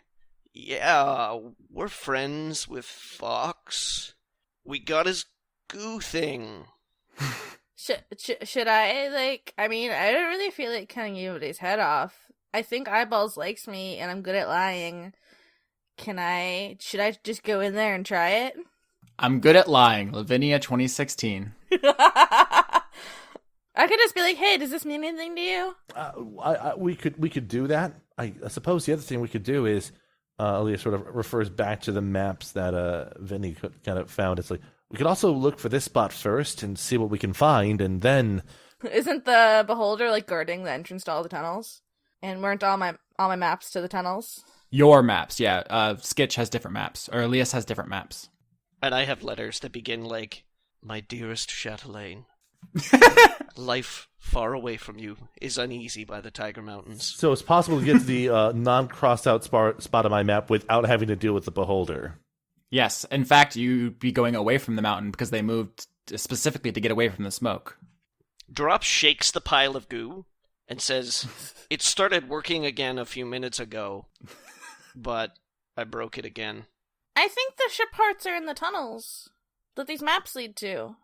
yeah, we're friends with Fox. We got his goo thing."
Should, should should I like? I mean, I don't really feel like cutting anybody's head off. I think eyeballs likes me, and I'm good at lying. Can I? Should I just go in there and try it?
I'm good at lying. Lavinia 2016.
I could just be like, "Hey, does this mean anything to you?"
Uh, I, I, we could we could do that. I, I suppose the other thing we could do is uh, Aaliyah sort of refers back to the maps that uh, Vinny co- kind of found. It's like we could also look for this spot first and see what we can find, and then
Isn't the beholder like guarding the entrance to all the tunnels? And weren't all my all my maps to the tunnels?
Your maps, yeah. Uh, Skitch has different maps, or Elias has different maps.
And I have letters that begin like, My dearest Chatelaine, life far away from you is uneasy by the Tiger Mountains.
so it's possible to get to the uh, non crossed out spar- spot of my map without having to deal with the beholder.
Yes, in fact, you'd be going away from the mountain because they moved specifically to get away from the smoke.
Drop shakes the pile of goo and says, It started working again a few minutes ago, but I broke it again.
I think the ship hearts are in the tunnels that these maps lead to.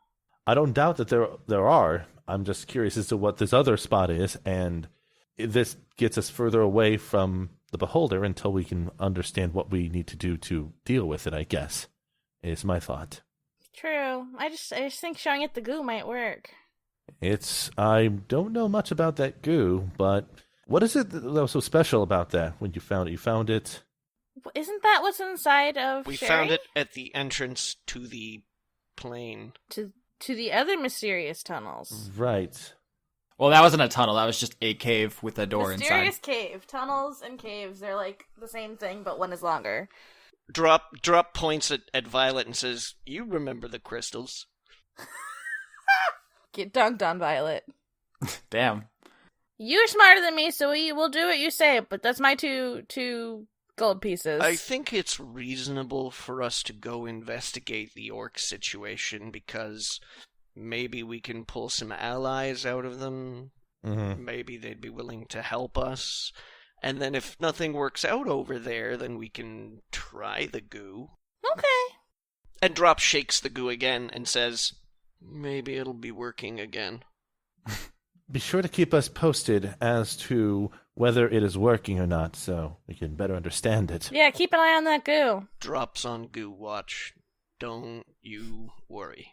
I don't doubt that there there are. I'm just curious as to what this other spot is, and if this gets us further away from the beholder until we can understand what we need to do to deal with it. I guess is my thought.
True. I just I just think showing it the goo might work.
It's I don't know much about that goo, but what is it that was so special about that when you found it? You found it.
W- Isn't that what's inside of
We
Sherry?
found it at the entrance to the plane.
to to the other mysterious
Mm,
tunnels?
Right.
Well, that wasn't a tunnel. That was just a cave with a door
mysterious
inside.
cave tunnels and caves. They're like the same thing, but one is longer.
Drop drop points at, at Violet and says, You remember the crystals.
Get dunked on, Violet.
Damn.
You're smarter than me, so we will do what you say. But that's my two two gold pieces.
I think it's reasonable for us to go investigate the orc situation because maybe we can pull some allies out of them.
hmm
Maybe they'd be willing to help us. And then if nothing works out over there, then we can try the goo.
okay.
And Drop shakes the goo again and says, Maybe it'll be working again.
Be sure to keep us posted as to whether it is working or not, so we can better understand it.
Yeah, keep an eye on that goo.
Drop's on goo watch. Don't you worry.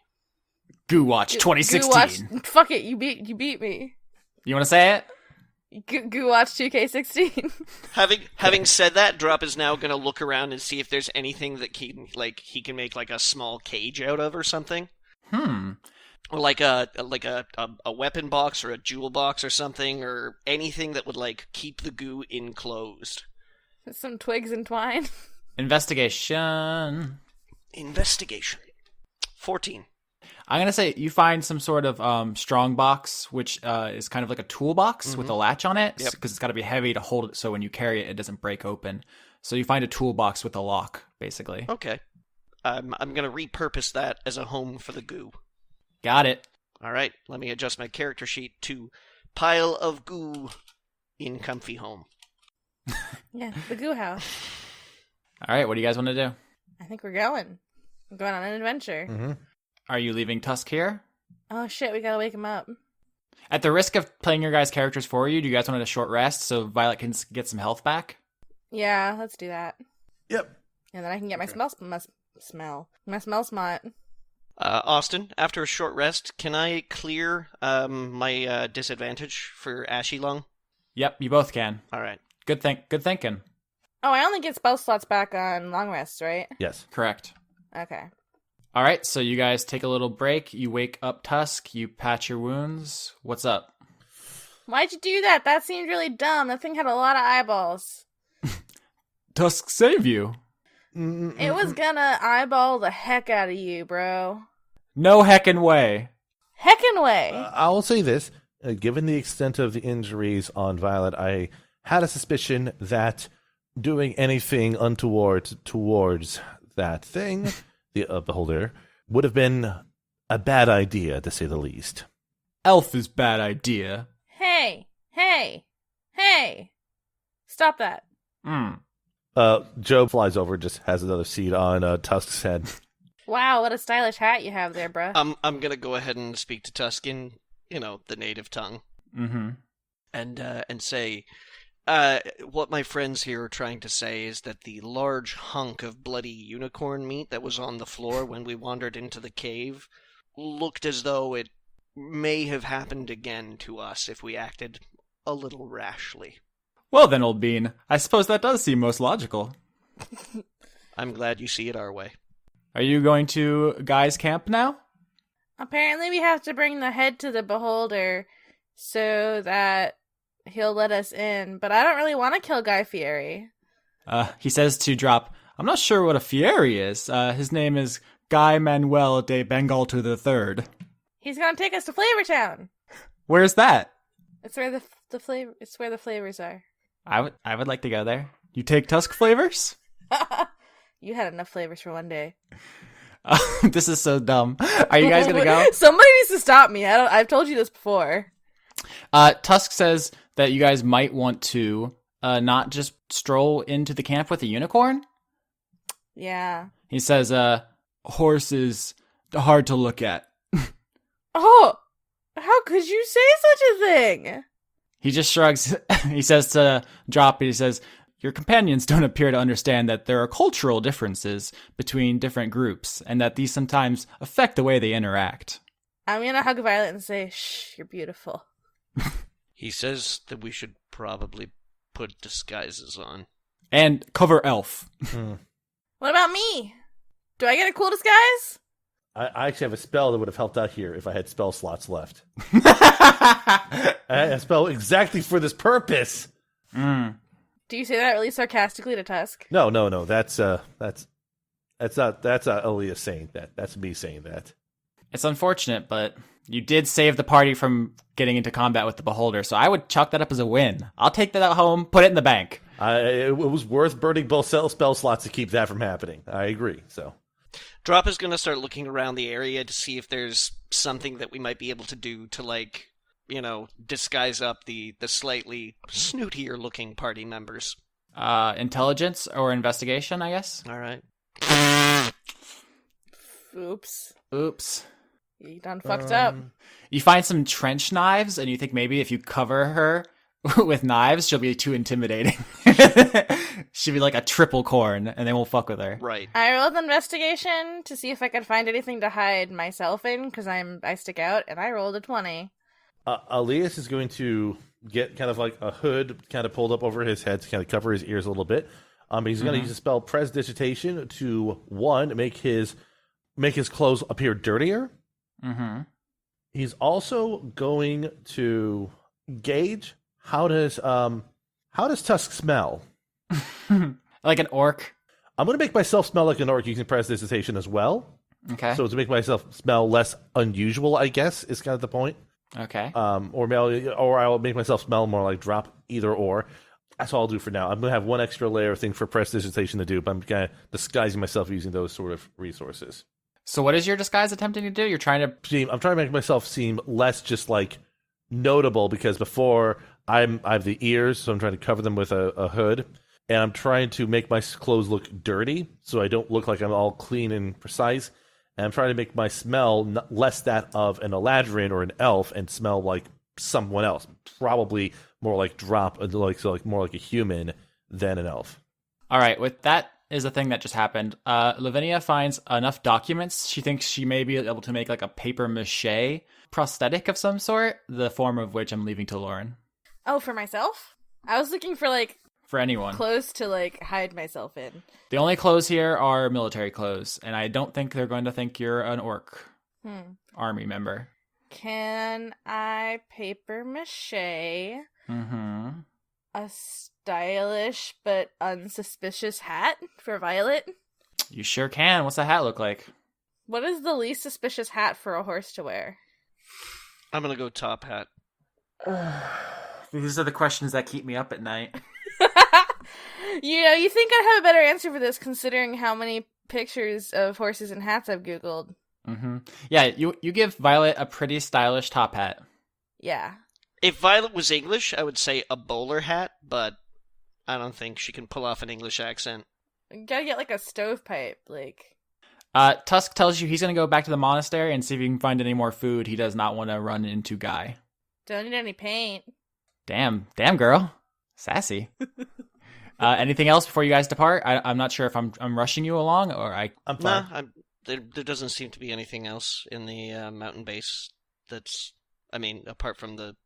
Goo Watch
Goo-
2016.
Goo Watch- fuck it, you beat you beat me.
You want to say it?
Goo, Goo Watch 2K16.
Having having said that, Drop is now gonna look around and see if there's anything that he like he can make like a small cage out of or something,
Hmm.
or like a like a a, a weapon box or a jewel box or something or anything that would like keep the goo enclosed.
Some twigs and twine.
Investigation.
Investigation. Fourteen.
I'm gonna say you find some sort of um, strong box, which uh, is kind of like a toolbox with a latch on it, because
Yep.
it's got to be heavy to hold it. So when you carry it, it doesn't break open. So you find a toolbox with a lock, basically.
Okay. I'm I'm gonna repurpose that as a home for the goo.
Got it.
All right, let me adjust my character sheet to pile of goo in comfy home.
Yeah, the goo house.
All right. What do you guys want to do?
I think we're going. We're going on an adventure.
Mm-hmm.
Are you leaving Tusk here?
Oh shit, we gotta wake him up.
At the risk of playing your guys' characters for you, do you guys want a short rest so Violet can s- get some health back?
Yeah, let's do that.
Yep.
And then I can get my
Okay.
smell, my s- smell, my smell smot.
Uh, Austin, after a short rest, can I clear um, my uh, disadvantage for Ashy Lung?
Yep, you both can.
All right.
Good think. Good thinking.
Oh, I only get spell slots back on long rests, right?
Yes.
Correct.
Okay.
All right, so you guys take a little break. You wake up Tusk. You patch your wounds. What's up?
Why'd you do that? That seemed really dumb. That thing had a lot of eyeballs.
Tusk save you.
It was gonna eyeball the heck out of you, bro.
No heckin' way.
Heckin' way.
Uh, I will say this: uh, given the extent of the injuries on Violet, I had a suspicion that doing anything untoward towards that thing, the uh, beholder, would have been a bad idea, to say the least.
Elf is bad idea.
hey, hey, hey. Stop that.
Mm.
Uh, Job flies over, just has another seed on uh, Tusk's head.
Wow, what a stylish hat you have there,
Um,
bruh.
I'm Um, I'm gonna go ahead and speak to Tuscan, you know, the native tongue,
Mm-hmm.
and uh, and say, uh, what my friends here are trying to say is that the large hunk of bloody unicorn meat that was on the floor when we wandered into the cave looked as though it may have happened again to us if we acted a little rashly.
Well then, old bean. I suppose that does seem most logical.
I'm glad you see it our way.
Are you going to guys' camp now?
Apparently, we have to bring the head to the beholder so that he'll let us in. But I don't really want to kill Guy Fieri.
Uh, he says to drop. I'm not sure what a Fieri is. Uh, his name is Guy Manuel de Bengal to the Third.
He's gonna take us to Flavor Town.
Where's that?
It's where the the flavor. It's where the flavors are.
I would. I would like to go there. You take Tusk flavors.
you had enough flavors for one day.
Uh, this is so dumb. Are you guys gonna go?
Somebody needs to stop me. I don't, I've told you this before.
Uh, Tusk says that you guys might want to uh, not just stroll into the camp with a unicorn.
Yeah.
He says, uh, "Horse is hard to look at."
Oh, how could you say such a thing?
He just shrugs. he says to Drop. He says, "Your companions don't appear to understand that there are cultural differences between different groups, and that these sometimes affect the way they interact."
I'm gonna hug Violet and say, "Shh, you're beautiful."
He says that we should probably put disguises on.
And cover elf.
What about me? Do I get a cool disguise?
I, I actually have a spell that would have helped out here if I had spell slots left. I had a spell exactly for this purpose.
Mm.
Do you say that really sarcastically to Tusk?
No, no, no. That's uh, that's that's not that's not Elias saying that. That's me saying that.
It's unfortunate, but you did save the party from getting into combat with the Beholder, so I would chalk that up as a win. I'll take that out home, put it in the bank.
I it, it was worth burning both spell, spell slots to keep that from happening. I agree. So
Drop is going to start looking around the area to see if there's something that we might be able to do to like, you know, disguise up the the slightly snootier looking party members.
Uh, intelligence or investigation, I guess.
All right.
Oops,
Oops.
you done fucked up.
Um,
You find some trench knives, and you think maybe if you cover her with knives, she'll be too intimidating. She'll be like a triple corn, and they won't fuck with her.
Right.
I rolled investigation to see if I could find anything to hide myself in because I'm I stick out, and I rolled a twenty.
Uh, Elias is going to get kind of like a hood kind of pulled up over his head to kind of cover his ears a little bit. Um, he's going to use a spell prestidigitation to one make his make his clothes appear dirtier.
Mm-hmm.
He's also going to gauge how does um how does Tusk smell.
Mm-hmm. Like an orc.
I'm going to make myself smell like an orc using prestidigitation as well.
Okay.
So to make myself smell less unusual, I guess is kind of the point.
okay.
Um, or mail, or I'll make myself smell more like drop. Either or. That's all I'll do for now. I'm gonna have one extra layer of thing for prestidigitation to do, but I'm kind of disguising myself using those sort of resources.
so what is your disguise attempting to do? You're trying to
seem I'm trying to make myself seem less just like notable because before I'm I have the ears, so I'm trying to cover them with a, a hood, and I'm trying to make my s- clothes look dirty so I don't look like I'm all clean and precise. And I'm trying to make my smell n- less that of an Eladrin or an elf and smell like someone else, probably more like drop, uh, like so like more like a human than an elf.
All right, with that is a thing that just happened. Uh, Lavinia finds enough documents. She thinks she may be able to make like a paper mache prosthetic of some sort, the form of which I'm leaving to Lauren
Oh, for myself? I was looking for like
for anyone.
clothes to like hide myself in.
the only clothes here are military clothes, and I don't think they're going to think you're an orc
Hmm.
army member.
Can I paper mache a
hmm
stylish but unsuspicious hat for Violet?
You sure can. What's that hat look like?
What is the least suspicious hat for a horse to wear?
I'm gonna go top hat.
These are the questions that keep me up at night.
you know, you think I'd have a better answer for this considering how many pictures of horses and hats I've Googled.
hmm Yeah, you you give Violet a pretty stylish top hat.
Yeah.
If Violet was English, I would say a bowler hat, but I don't think she can pull off an English accent.
You gotta get like a stovepipe, like
Uh, Tusk tells you he's going to go back to the monastery and see if he can find any more food. He does not want to run into Guy.
don't need any paint.
Damn, damn girl, sassy. uh, anything else before you guys depart? I, I'm not sure if I'm I'm rushing you along or I.
I'm
Nah,
fine.
I'm, there, there doesn't seem to be anything else in the uh, mountain base that's, I mean, apart from the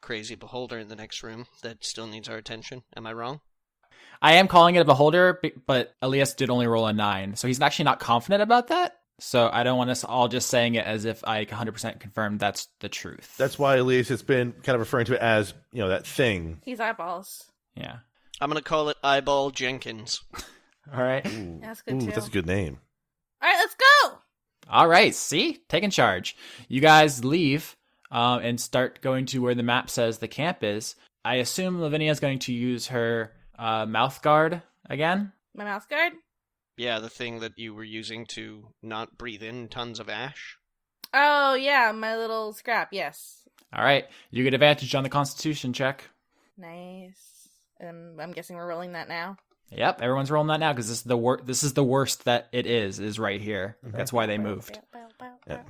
crazy beholder in the next room that still needs our attention. Am I wrong?
I am calling it a beholder, b- but Elias did only roll a nine, so he's actually not confident about that. So I don't want us all just saying it as if I 100% confirmed that's the truth.
That's why Elias has been kind of referring to it as you know that thing.
He's eyeballs.
yeah.
I'm gonna call it Eyeball Jenkins.
All right.
Ooh,
That's good
Ooh,
too.
that's a good name.
All right, let's go.
All right, see, taking charge. You guys leave um, and start going to where the map says the camp is. I assume Lavinia is going to use her uh, mouth guard again.
My mouth guard.
Yeah, the thing that you were using to not breathe in tons of ash.
Oh yeah, my little scrap. Yes,
All right, you get advantage on the Constitution check.
nice. Um, I'm guessing we're rolling that now.
Yep, everyone's rolling that now because this is the wor- This is the worst that it is. Is right here.
Okay.
That's why they moved.
Yeah.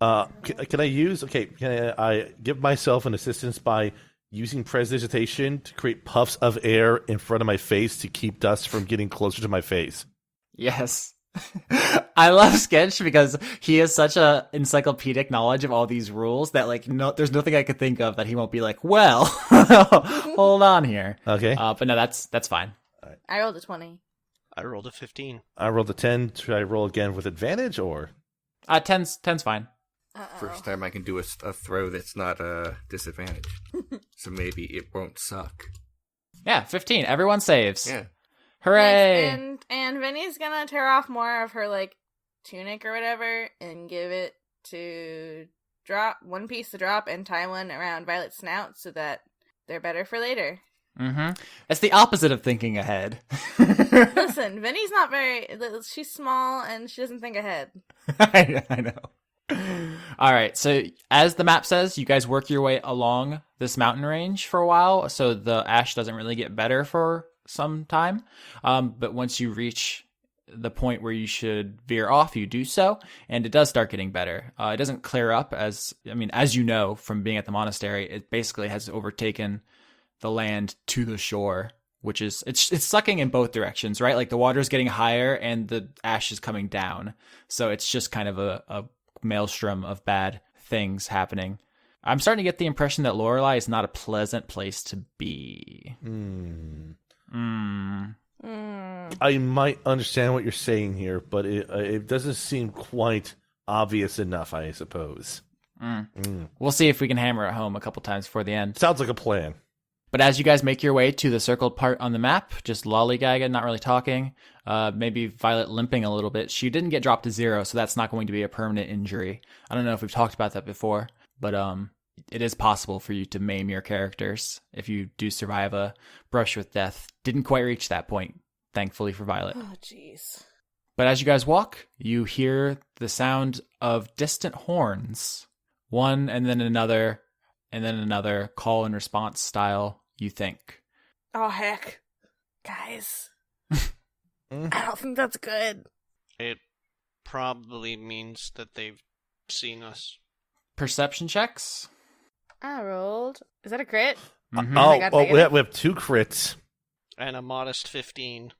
Uh, can, can I use? Okay, can I, I give myself an assistance by using prestidigitation to create puffs of air in front of my face to keep dust from getting closer to my face?
Yes. I love Sketch because he has such a encyclopedic knowledge of all these rules that like no there's nothing I could think of that he won't be like, well hold on here.
Okay,
Uh, but no, that's that's fine.
I rolled a twenty.
I rolled a 15.
I rolled a ten. Should I roll again with advantage or?
Uh ten's ten's fine.
Uh-oh.
First time I can do a, s- a throw that's not a disadvantage. so maybe it won't suck.
Yeah, fifteen. Everyone saves.
Yeah.
Hooray.
And and Vinny's gonna tear off more of her like tunic or whatever and give it to drop one piece to drop and tie one around Violet's snout so that they're better for later.
mm-hmm. That's the opposite of thinking ahead.
Listen, Vinny's not very. She's small and she doesn't think ahead.
I, I know. All right. So, as the map says, you guys work your way along this mountain range for a while. So, the ash doesn't really get better for some time. Um, but once you reach the point where you should veer off, you do so. And it does start getting better. Uh, it doesn't clear up, as I mean, as you know from being at the monastery, it basically has overtaken the land to the shore. Which is it's it's sucking in both directions, right? Like the water's getting higher and the ash is coming down. So it's just kind of a, a maelstrom of bad things happening. I'm starting to get the impression that Lorelei is not a pleasant place to be.
Hmm.
Mm.
Mm.
I might understand what you're saying here, but it, uh, it doesn't seem quite obvious enough. I suppose.
Mm.
Mm.
We'll see if we can hammer it home a couple times before the end.
Sounds like a plan.
But as you guys make your way to the circled part on the map, just lollygagging, not really talking, uh, maybe Violet limping a little bit. She didn't get dropped to zero, so that's not going to be a permanent injury. I don't know if we've talked about that before, but um, it is possible for you to maim your characters if you do survive a brush with death. Didn't quite reach that point, thankfully for Violet.
Oh, jeez.
But as you guys walk, you hear the sound of distant horns, one and then another, and then another call and response style, you think.
Oh, heck. Guys.
Mm.
I don't think that's good.
It probably means that they've seen us.
Perception checks.
I rolled. Is that a crit?
Mhm.
I
Oh,
got
oh we,
negative.
have, we have two crits.
And a modest 15.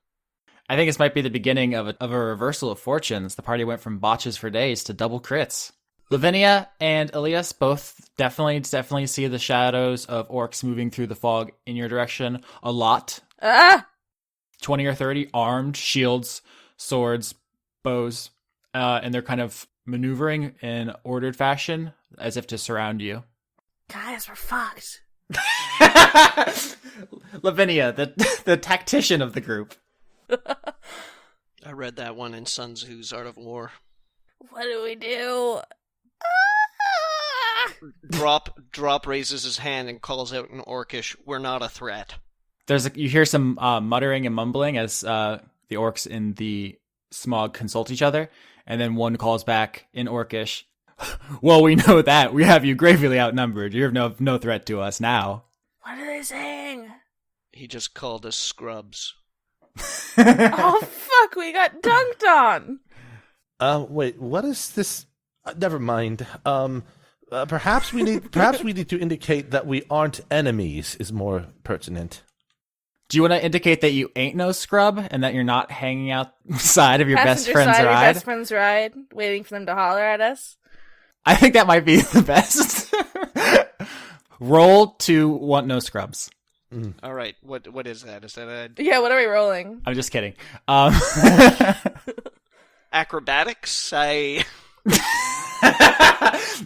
I think this might be the beginning of a, of a reversal of fortunes. The party went from botches for days to double crits. Lavinia and Elias both definitely, definitely see the shadows of orcs moving through the fog in your direction a lot.
Ah!
20 or 30 armed shields, swords, bows, uh, and they're kind of maneuvering in ordered fashion as if to surround you.
Guys, we're fucked.
Lavinia, the, the tactician of the group.
I read that one in Sun Tzu's Art of War.
What do we do? Ah!
Drop Drop raises his hand and calls out in Orcish, "We're not a threat."
there's a, you hear some uh, muttering and mumbling as uh, the orcs in the smog consult each other, and then one calls back in orcish. Well, we know that we have you gravely outnumbered. You're no no threat to us now.
What are they saying?
He just called us scrubs.
oh, fuck, we got dunked on.
Uh, wait, what is this? Uh, never mind. Um, uh, perhaps we need perhaps we need to indicate that we aren't enemies is more pertinent.
Do you want to indicate that you ain't no scrub and that you're not hanging outside of your best
Passenger
friend's
side of your
ride?
best friend's ride, waiting for them to holler at us.
I think that might be the best. Roll to want no scrubs.
All right, what what is that? Is that a
Yeah, what are we rolling?
I'm just kidding. Um,
acrobatics? I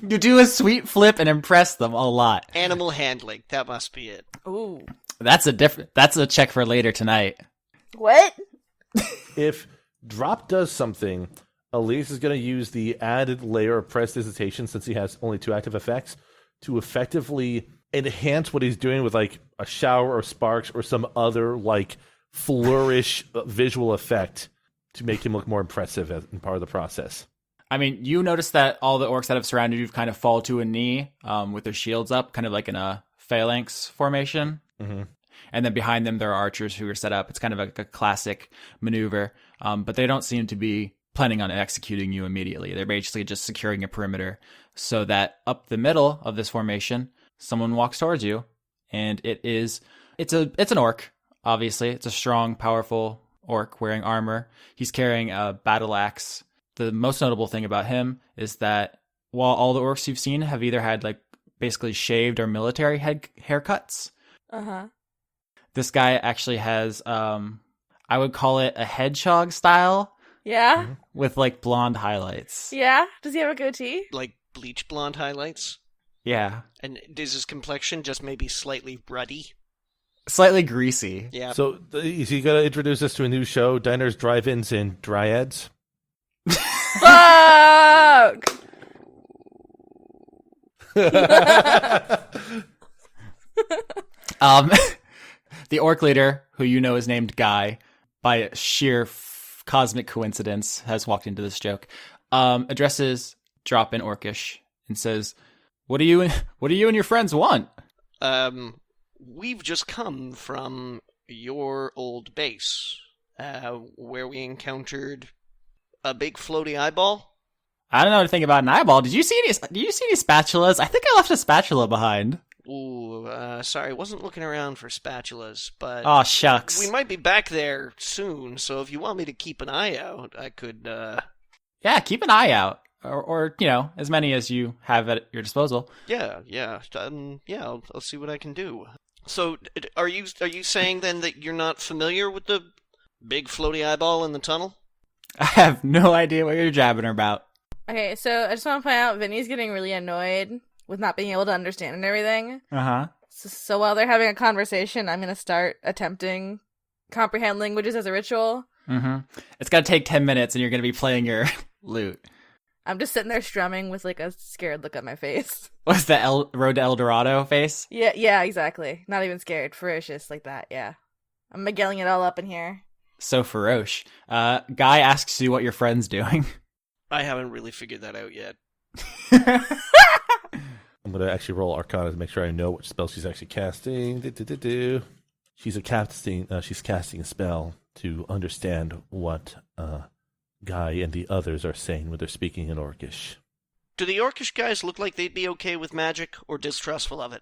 you do a sweet flip and impress them a lot.
animal handling. That must be it.
Ooh.
That's a different. That's a check for later tonight.
What?
If Drop does something, Elise is going to use the added layer of prestidigitation since he has only two active effects to effectively enhance what he's doing with like a shower of sparks or some other like flourish uh, visual effect to make him look more impressive as in part of the process.
I mean, you notice that all the orcs that have surrounded you kind of fall to a knee, um, with their shields up, kind of like in a phalanx formation.
Mhm.
And then behind them, there are archers who are set up. It's kind of like a classic maneuver, um, but they don't seem to be planning on executing you immediately. They're basically just securing a perimeter so that up the middle of this formation, someone walks towards you, and it is it's a it's an orc. Obviously, it's a strong, powerful orc wearing armor. He's carrying a battle axe. The most notable thing about him is that while all the orcs you've seen have either had like basically shaved or military head haircuts,
Uh huh.
this guy actually has um i would call it a hedgehog style
Yeah?
with like blonde highlights
Yeah? Does he have a goatee?
Like bleach blonde highlights,
yeah
and is his complexion just maybe slightly ruddy?
slightly greasy
Yeah.
So th- is he going to introduce us to a new show, Diners, Drive-Ins, and Dryads?
Fuck!
um the orc leader who you know is named guy by sheer f- cosmic coincidence has walked into this joke um addresses drop in orcish and says what do you what do you and your friends want
Um, we've just come from your old base, uh, where we encountered a big floaty eyeball.
i don't know anything about an eyeball did you see any did you see any spatulas i think i left a spatula behind
Ooh, uh, sorry, wasn't looking around for spatulas, but
oh shucks
Uh, we might be back there soon. So if you want me to keep an eye out, I could. Uh,
yeah, keep an eye out, or, or you know, as many as you have at your disposal.
yeah, yeah, um, yeah. I'll, I'll see what I can do. So d- are you are you saying then that you're not familiar with the big floaty eyeball in the tunnel?
I have no idea what you're jabbing about.
Okay, so I just want to point out Vinny's getting really annoyed with not being able to understand and everything.
Uh huh.
So, so while they're having a conversation, I'm gonna start attempting comprehend languages as a ritual.
hmm It's gonna take ten minutes, and you're gonna be playing your lute.
I'm just sitting there strumming with like a scared look on my face.
What's the El- Road to El Dorado face?
Yeah, yeah, exactly. Not even scared, ferocious like that. Yeah, I'm migueling it all up in here.
So feroce. Uh, guy asks you what your friend's doing.
I haven't really figured that out yet.
I'm going to actually roll Arcana to make sure I know what spell she's actually casting. Do-do-do-do. She's a casting. Uh, she's casting a spell to understand what uh, Guy and the others are saying when they're speaking in Orcish.
Do the Orcish guys look like they'd be okay with magic or distrustful of it?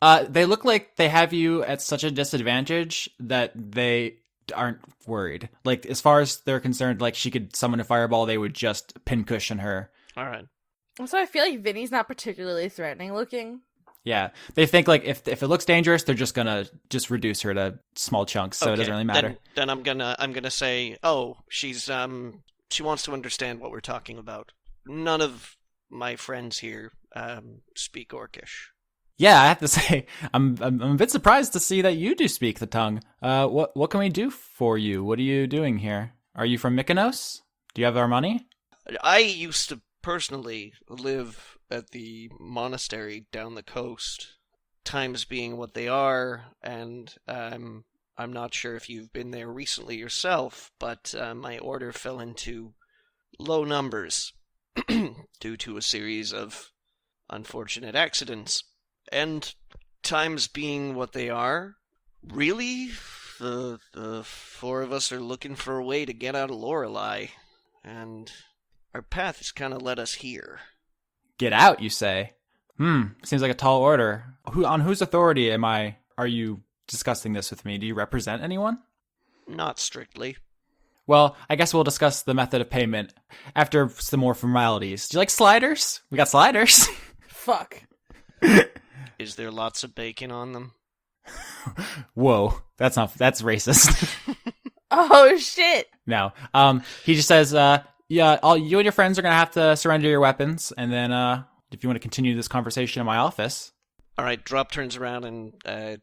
Uh, they look like they have you at such a disadvantage that they aren't worried. Like as far as they're concerned, like she could summon a fireball, they would just pincushion her.
All right.
So I feel like Vinny's not particularly threatening looking.
Yeah, they think like if if it looks dangerous, they're just gonna just reduce her to small chunks, so it
Okay,
doesn't really matter.
Then, then I'm gonna I'm gonna say, oh, she's um she wants to understand what we're talking about. None of my friends here um speak Orcish.
Yeah, I have to say, I'm, I'm I'm a bit surprised to see that you do speak the tongue. Uh, what what can we do for you? What are you doing here? Are you from Mykonos? Do you have our money?
I used to personally live at the monastery down the coast. Times being what they are, and um, I'm not sure if you've been there recently yourself, but uh, my order fell into low numbers due to a series of unfortunate accidents. And times being what they are, really, the, the four of us are looking for a way to get out of Lorelei, and our path has kind of led us here.
Get out, you say. Hmm, seems like a tall order. Who on whose authority am I? Are you discussing this with me? Do you represent anyone?
Not strictly.
Well, I guess we'll discuss the method of payment after some more formalities. Do you like sliders? We got sliders.
Fuck.
Is there lots of bacon on them?
Whoa, that's not that's racist.
Oh shit.
No. Um, he just says, uh, yeah, all you and your friends are gonna have to surrender your weapons, and then uh, if you want to continue this conversation in my office,
All right, drop turns around and uh,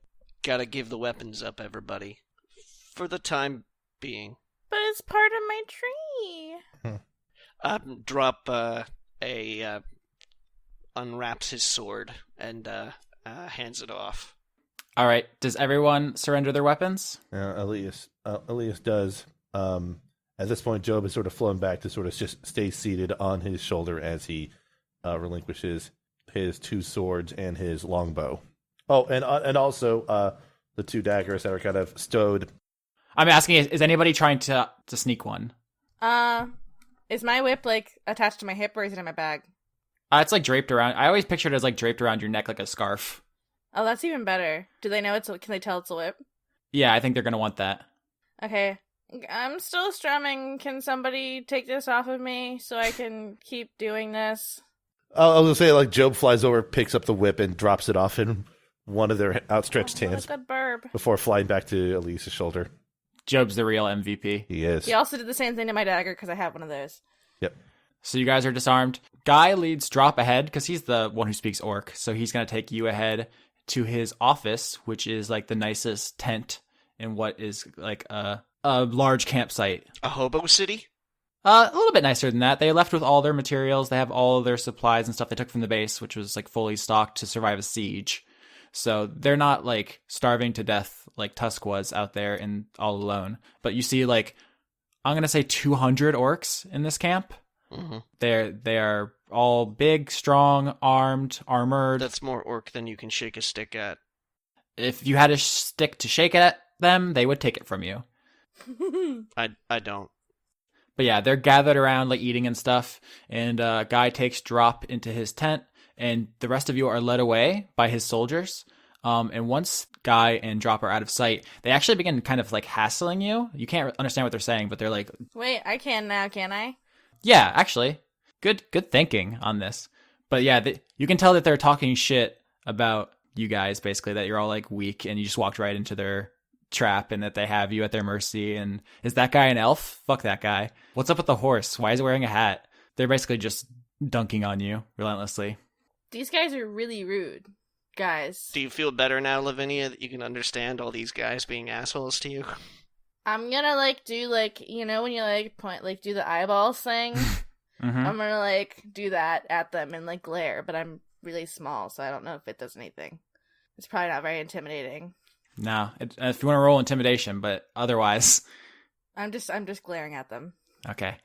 gotta give the weapons up, everybody, for the time being.
But it's part of my tree.
Um, drop uh, a uh, unwraps his sword and uh, uh, hands it off.
all right. Does everyone surrender their weapons?
Uh, Elias, uh, Elias does. Um, at this point, Job has sort of flown back to sort of just stay seated on his shoulder as he uh, relinquishes his two swords and his longbow. Oh, and uh, and also uh, the two daggers that are kind of stowed.
I'm asking, is, is anybody trying to to sneak one?
Uh, is my whip like attached to my hip or is it in my bag?
Uh, it's like draped around. I always pictured it as like draped around your neck like a scarf.
Oh, that's even better. Do they know it's? a- Can they tell it's a whip?
Yeah, I think they're gonna want that.
Okay. I'm still strumming. Can somebody take this off of me so I can keep doing this?
Uh, I was gonna say like Job flies over, picks up the whip, and drops it off in one of their outstretched
Oh, what
hands
a good burb.
before flying back to Elias's shoulder.
Job's the real MVP.
He is.
He also did the same thing to my dagger because I have one of those.
So you guys are disarmed. Guy leads drop ahead because he's the one who speaks orc. So he's going to take you ahead to his office, which is like the nicest tent in what is like a, a large campsite.
A hobo city?
Uh, a little bit nicer than that. They left with all their materials. They have all their supplies and stuff they took from the base, which was like fully stocked to survive a siege. So they're not like starving to death like Tusk was out there and all alone. But you see, like, I'm going to say 200 orcs in this camp.
hmm
They're they are all big, strong, armed, armored.
That's more orc than you can shake a stick at.
if you had a sh- stick to shake at them, they would take it from you.
I I don't.
But yeah, they're gathered around like eating and stuff. And uh, guy takes drop into his tent, and the rest of you are led away by his soldiers. Um, and once guy and drop are out of sight, they actually begin kind of like hassling you. You can't understand what they're saying, but they're like,
Wait, I can now, can I?
Yeah, actually, good good thinking on this. But yeah, th you can tell that they're talking shit about you guys basically that you're all like weak and you just walked right into their trap and that they have you at their mercy and is that guy an elf? Fuck that guy. What's up with the horse? Why is it wearing a hat? They're basically just dunking on you relentlessly.
These guys are really rude. guys.
Do you feel better now, Lavinia, that you can understand all these guys being assholes to you?
I'm gonna like do like you know when you like point like do the eyeballs thing.
Mhm.
I'm gonna like do that at them and like glare, but I'm really small, so I don't know if it does anything. It's probably not very intimidating.
No, it, if you want to roll intimidation, but otherwise,
I'm just I'm just glaring at them.
okay.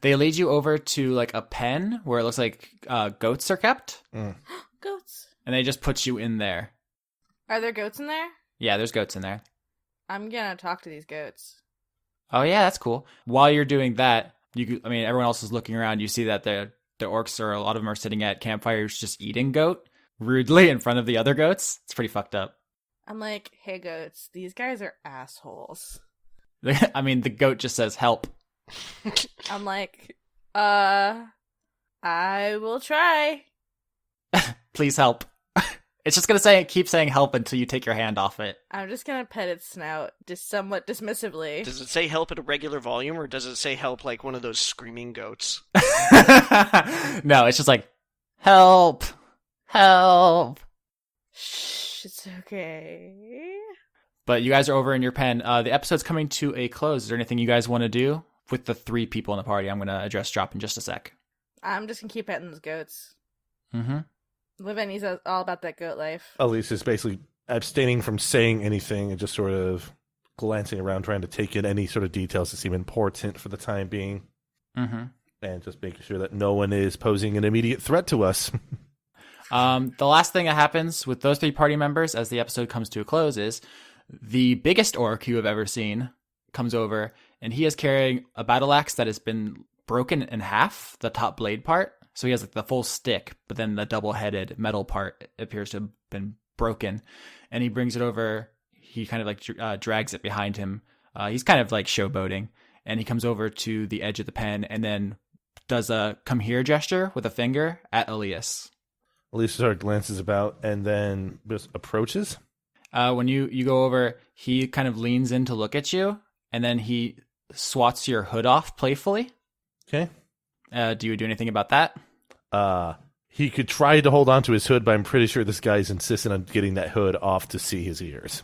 They lead you over to like a pen where it looks like uh, goats are kept,
Goats.
and they just put you in there.
Are there goats in there?
Yeah, there's goats in there.
I'm gonna talk to these goats.
Oh yeah, that's cool. While you're doing that, you could- I mean everyone else is looking around. You see that the the orcs are a lot of them are sitting at campfires just eating goat rudely in front of the other goats. It's pretty fucked up.
I'm like, hey goats, these guys are assholes.
I mean the goat just says help.
I'm like, uh, I will try.
Please help. it's just gonna say keep saying help until you take your hand off it.
I'm just gonna pet its snout, just somewhat dismissively.
does it say help at a regular volume, or does it say help like one of those screaming goats?
no, it's just like help, help.
Shh, it's okay.
But you guys are over in your pen. Uh, the episode's coming to a close. Is there anything you guys want to do with the three people in the party? I'm gonna address drop in just a sec.
I'm just gonna keep petting those goats.
Mm-hmm.
Liveni's all about that goat life.
Elise is basically abstaining from saying anything and just sort of glancing around, trying to take in any sort of details that seem important for the time being,
Mm-hmm.
and just making sure that no one is posing an immediate threat to us.
Um, the last thing that happens with those three party members as the episode comes to a close is the biggest orc you have ever seen comes over, and he is carrying a battle axe that has been broken in half, the top blade part. So he has like the full stick, but then the double headed metal part appears to have been broken. And he brings it over. He kind of like dr- uh, drags it behind him. Uh, he's kind of like showboating. And he comes over to the edge of the pen and then does a come here gesture with a finger at Elias.
Elise sort of glances about and then just approaches.
uh, when you you go over, he kind of leans in to look at you, and then he swats your hood off playfully.
Okay.
Uh, do you do anything about that?
Uh he could try to hold on to his hood, but I'm pretty sure this guy's insistent on getting that hood off to see his ears.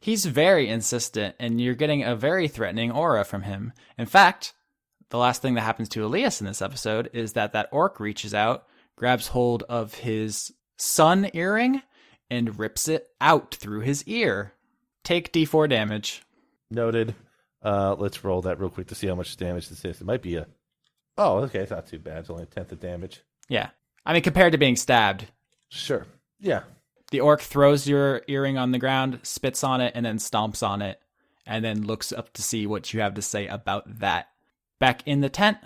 He's very insistent, and you're getting a very threatening aura from him. In fact, the last thing that happens to Elias in this episode is that that orc reaches out, grabs hold of his sun earring, and rips it out through his ear. Take d4 damage.
Noted. Uh let's roll that real quick to see how much damage this is. It might be a Oh, okay, it's not too bad. It's only a tenth of damage.
Yeah, I mean compared to being stabbed,
Sure. Yeah.
The orc throws your earring on the ground, spits on it, and then stomps on it, and then looks up to see what you have to say about that. Back in the tent,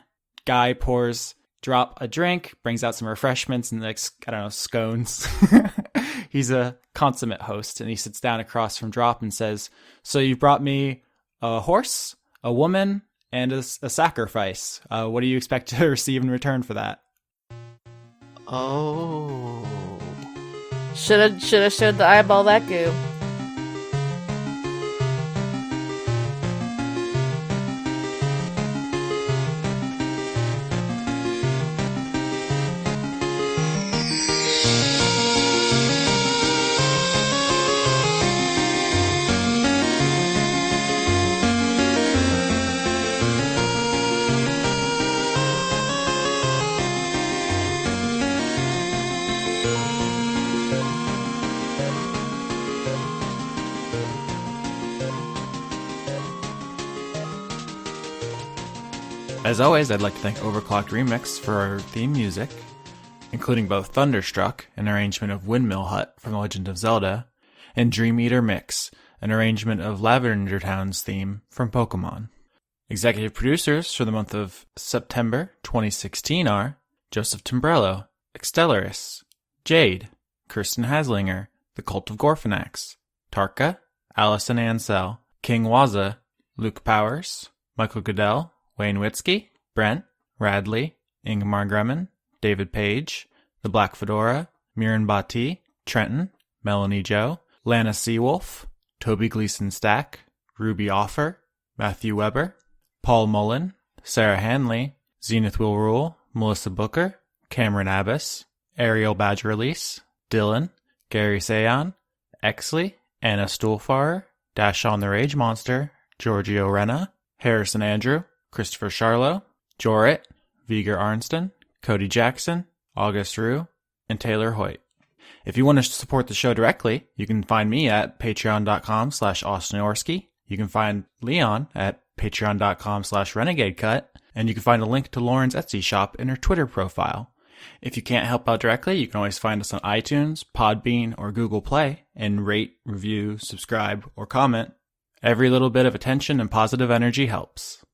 guy pours drop a drink, brings out some refreshments and like I don't know scones. He's a consummate host, and he sits down across from Drop and says, "So you brought me a horse, a woman, and a, s- a sacrifice. Uh, what do you expect to receive in return for that?"
Oh.
Should have should have showed the eyeball that goo.
As always, I'd like to thank Overclocked Remix for our theme music, including both Thunderstruck, an arrangement of Windmill Hut from The Legend of Zelda, and Dream Eater Mix, an arrangement of Lavender Town's theme from Pokemon. Executive producers for the month of September 2016 are Joseph Timbrello, Extellaris, Jade, Kirsten Haslinger, The Cult of Gorfanax, Tarka, Allison Ansell, King Waza, Luke Powers, Michael Goodell, Wayne Witzke, Brent, Radley, Ingmar Gremmen, David Page, The Black Fedora, Miran Bati, Trenton, Melanie Joe, Lana Seawolf, Toby Gleason Stack, Ruby Offer, Matthew Weber, Paul Mullen, Sarah Hanley, Zenith Will Rule, Melissa Booker, Cameron Abbas, Ariel Badge Release, Dylan, Gary Sayan, Exley, Anna Stuhlfarer, Dashon the Rage Monster, Giorgio Renna, Harrison Andrew, Christopher Charlow, Jorit, Viger Arnston, Cody Jackson, August Rue, and Taylor Hoyt. If you want to support the show directly, you can find me at patreon.com slash Austin Orski. You can find Leon at patreon.com slash renegade cut. And you can find a link to Lauren's Etsy shop in her Twitter profile. If you can't help out directly, you can always find us on iTunes, Podbean, or Google Play and rate, review, subscribe, or comment. Every little bit of attention and positive energy helps.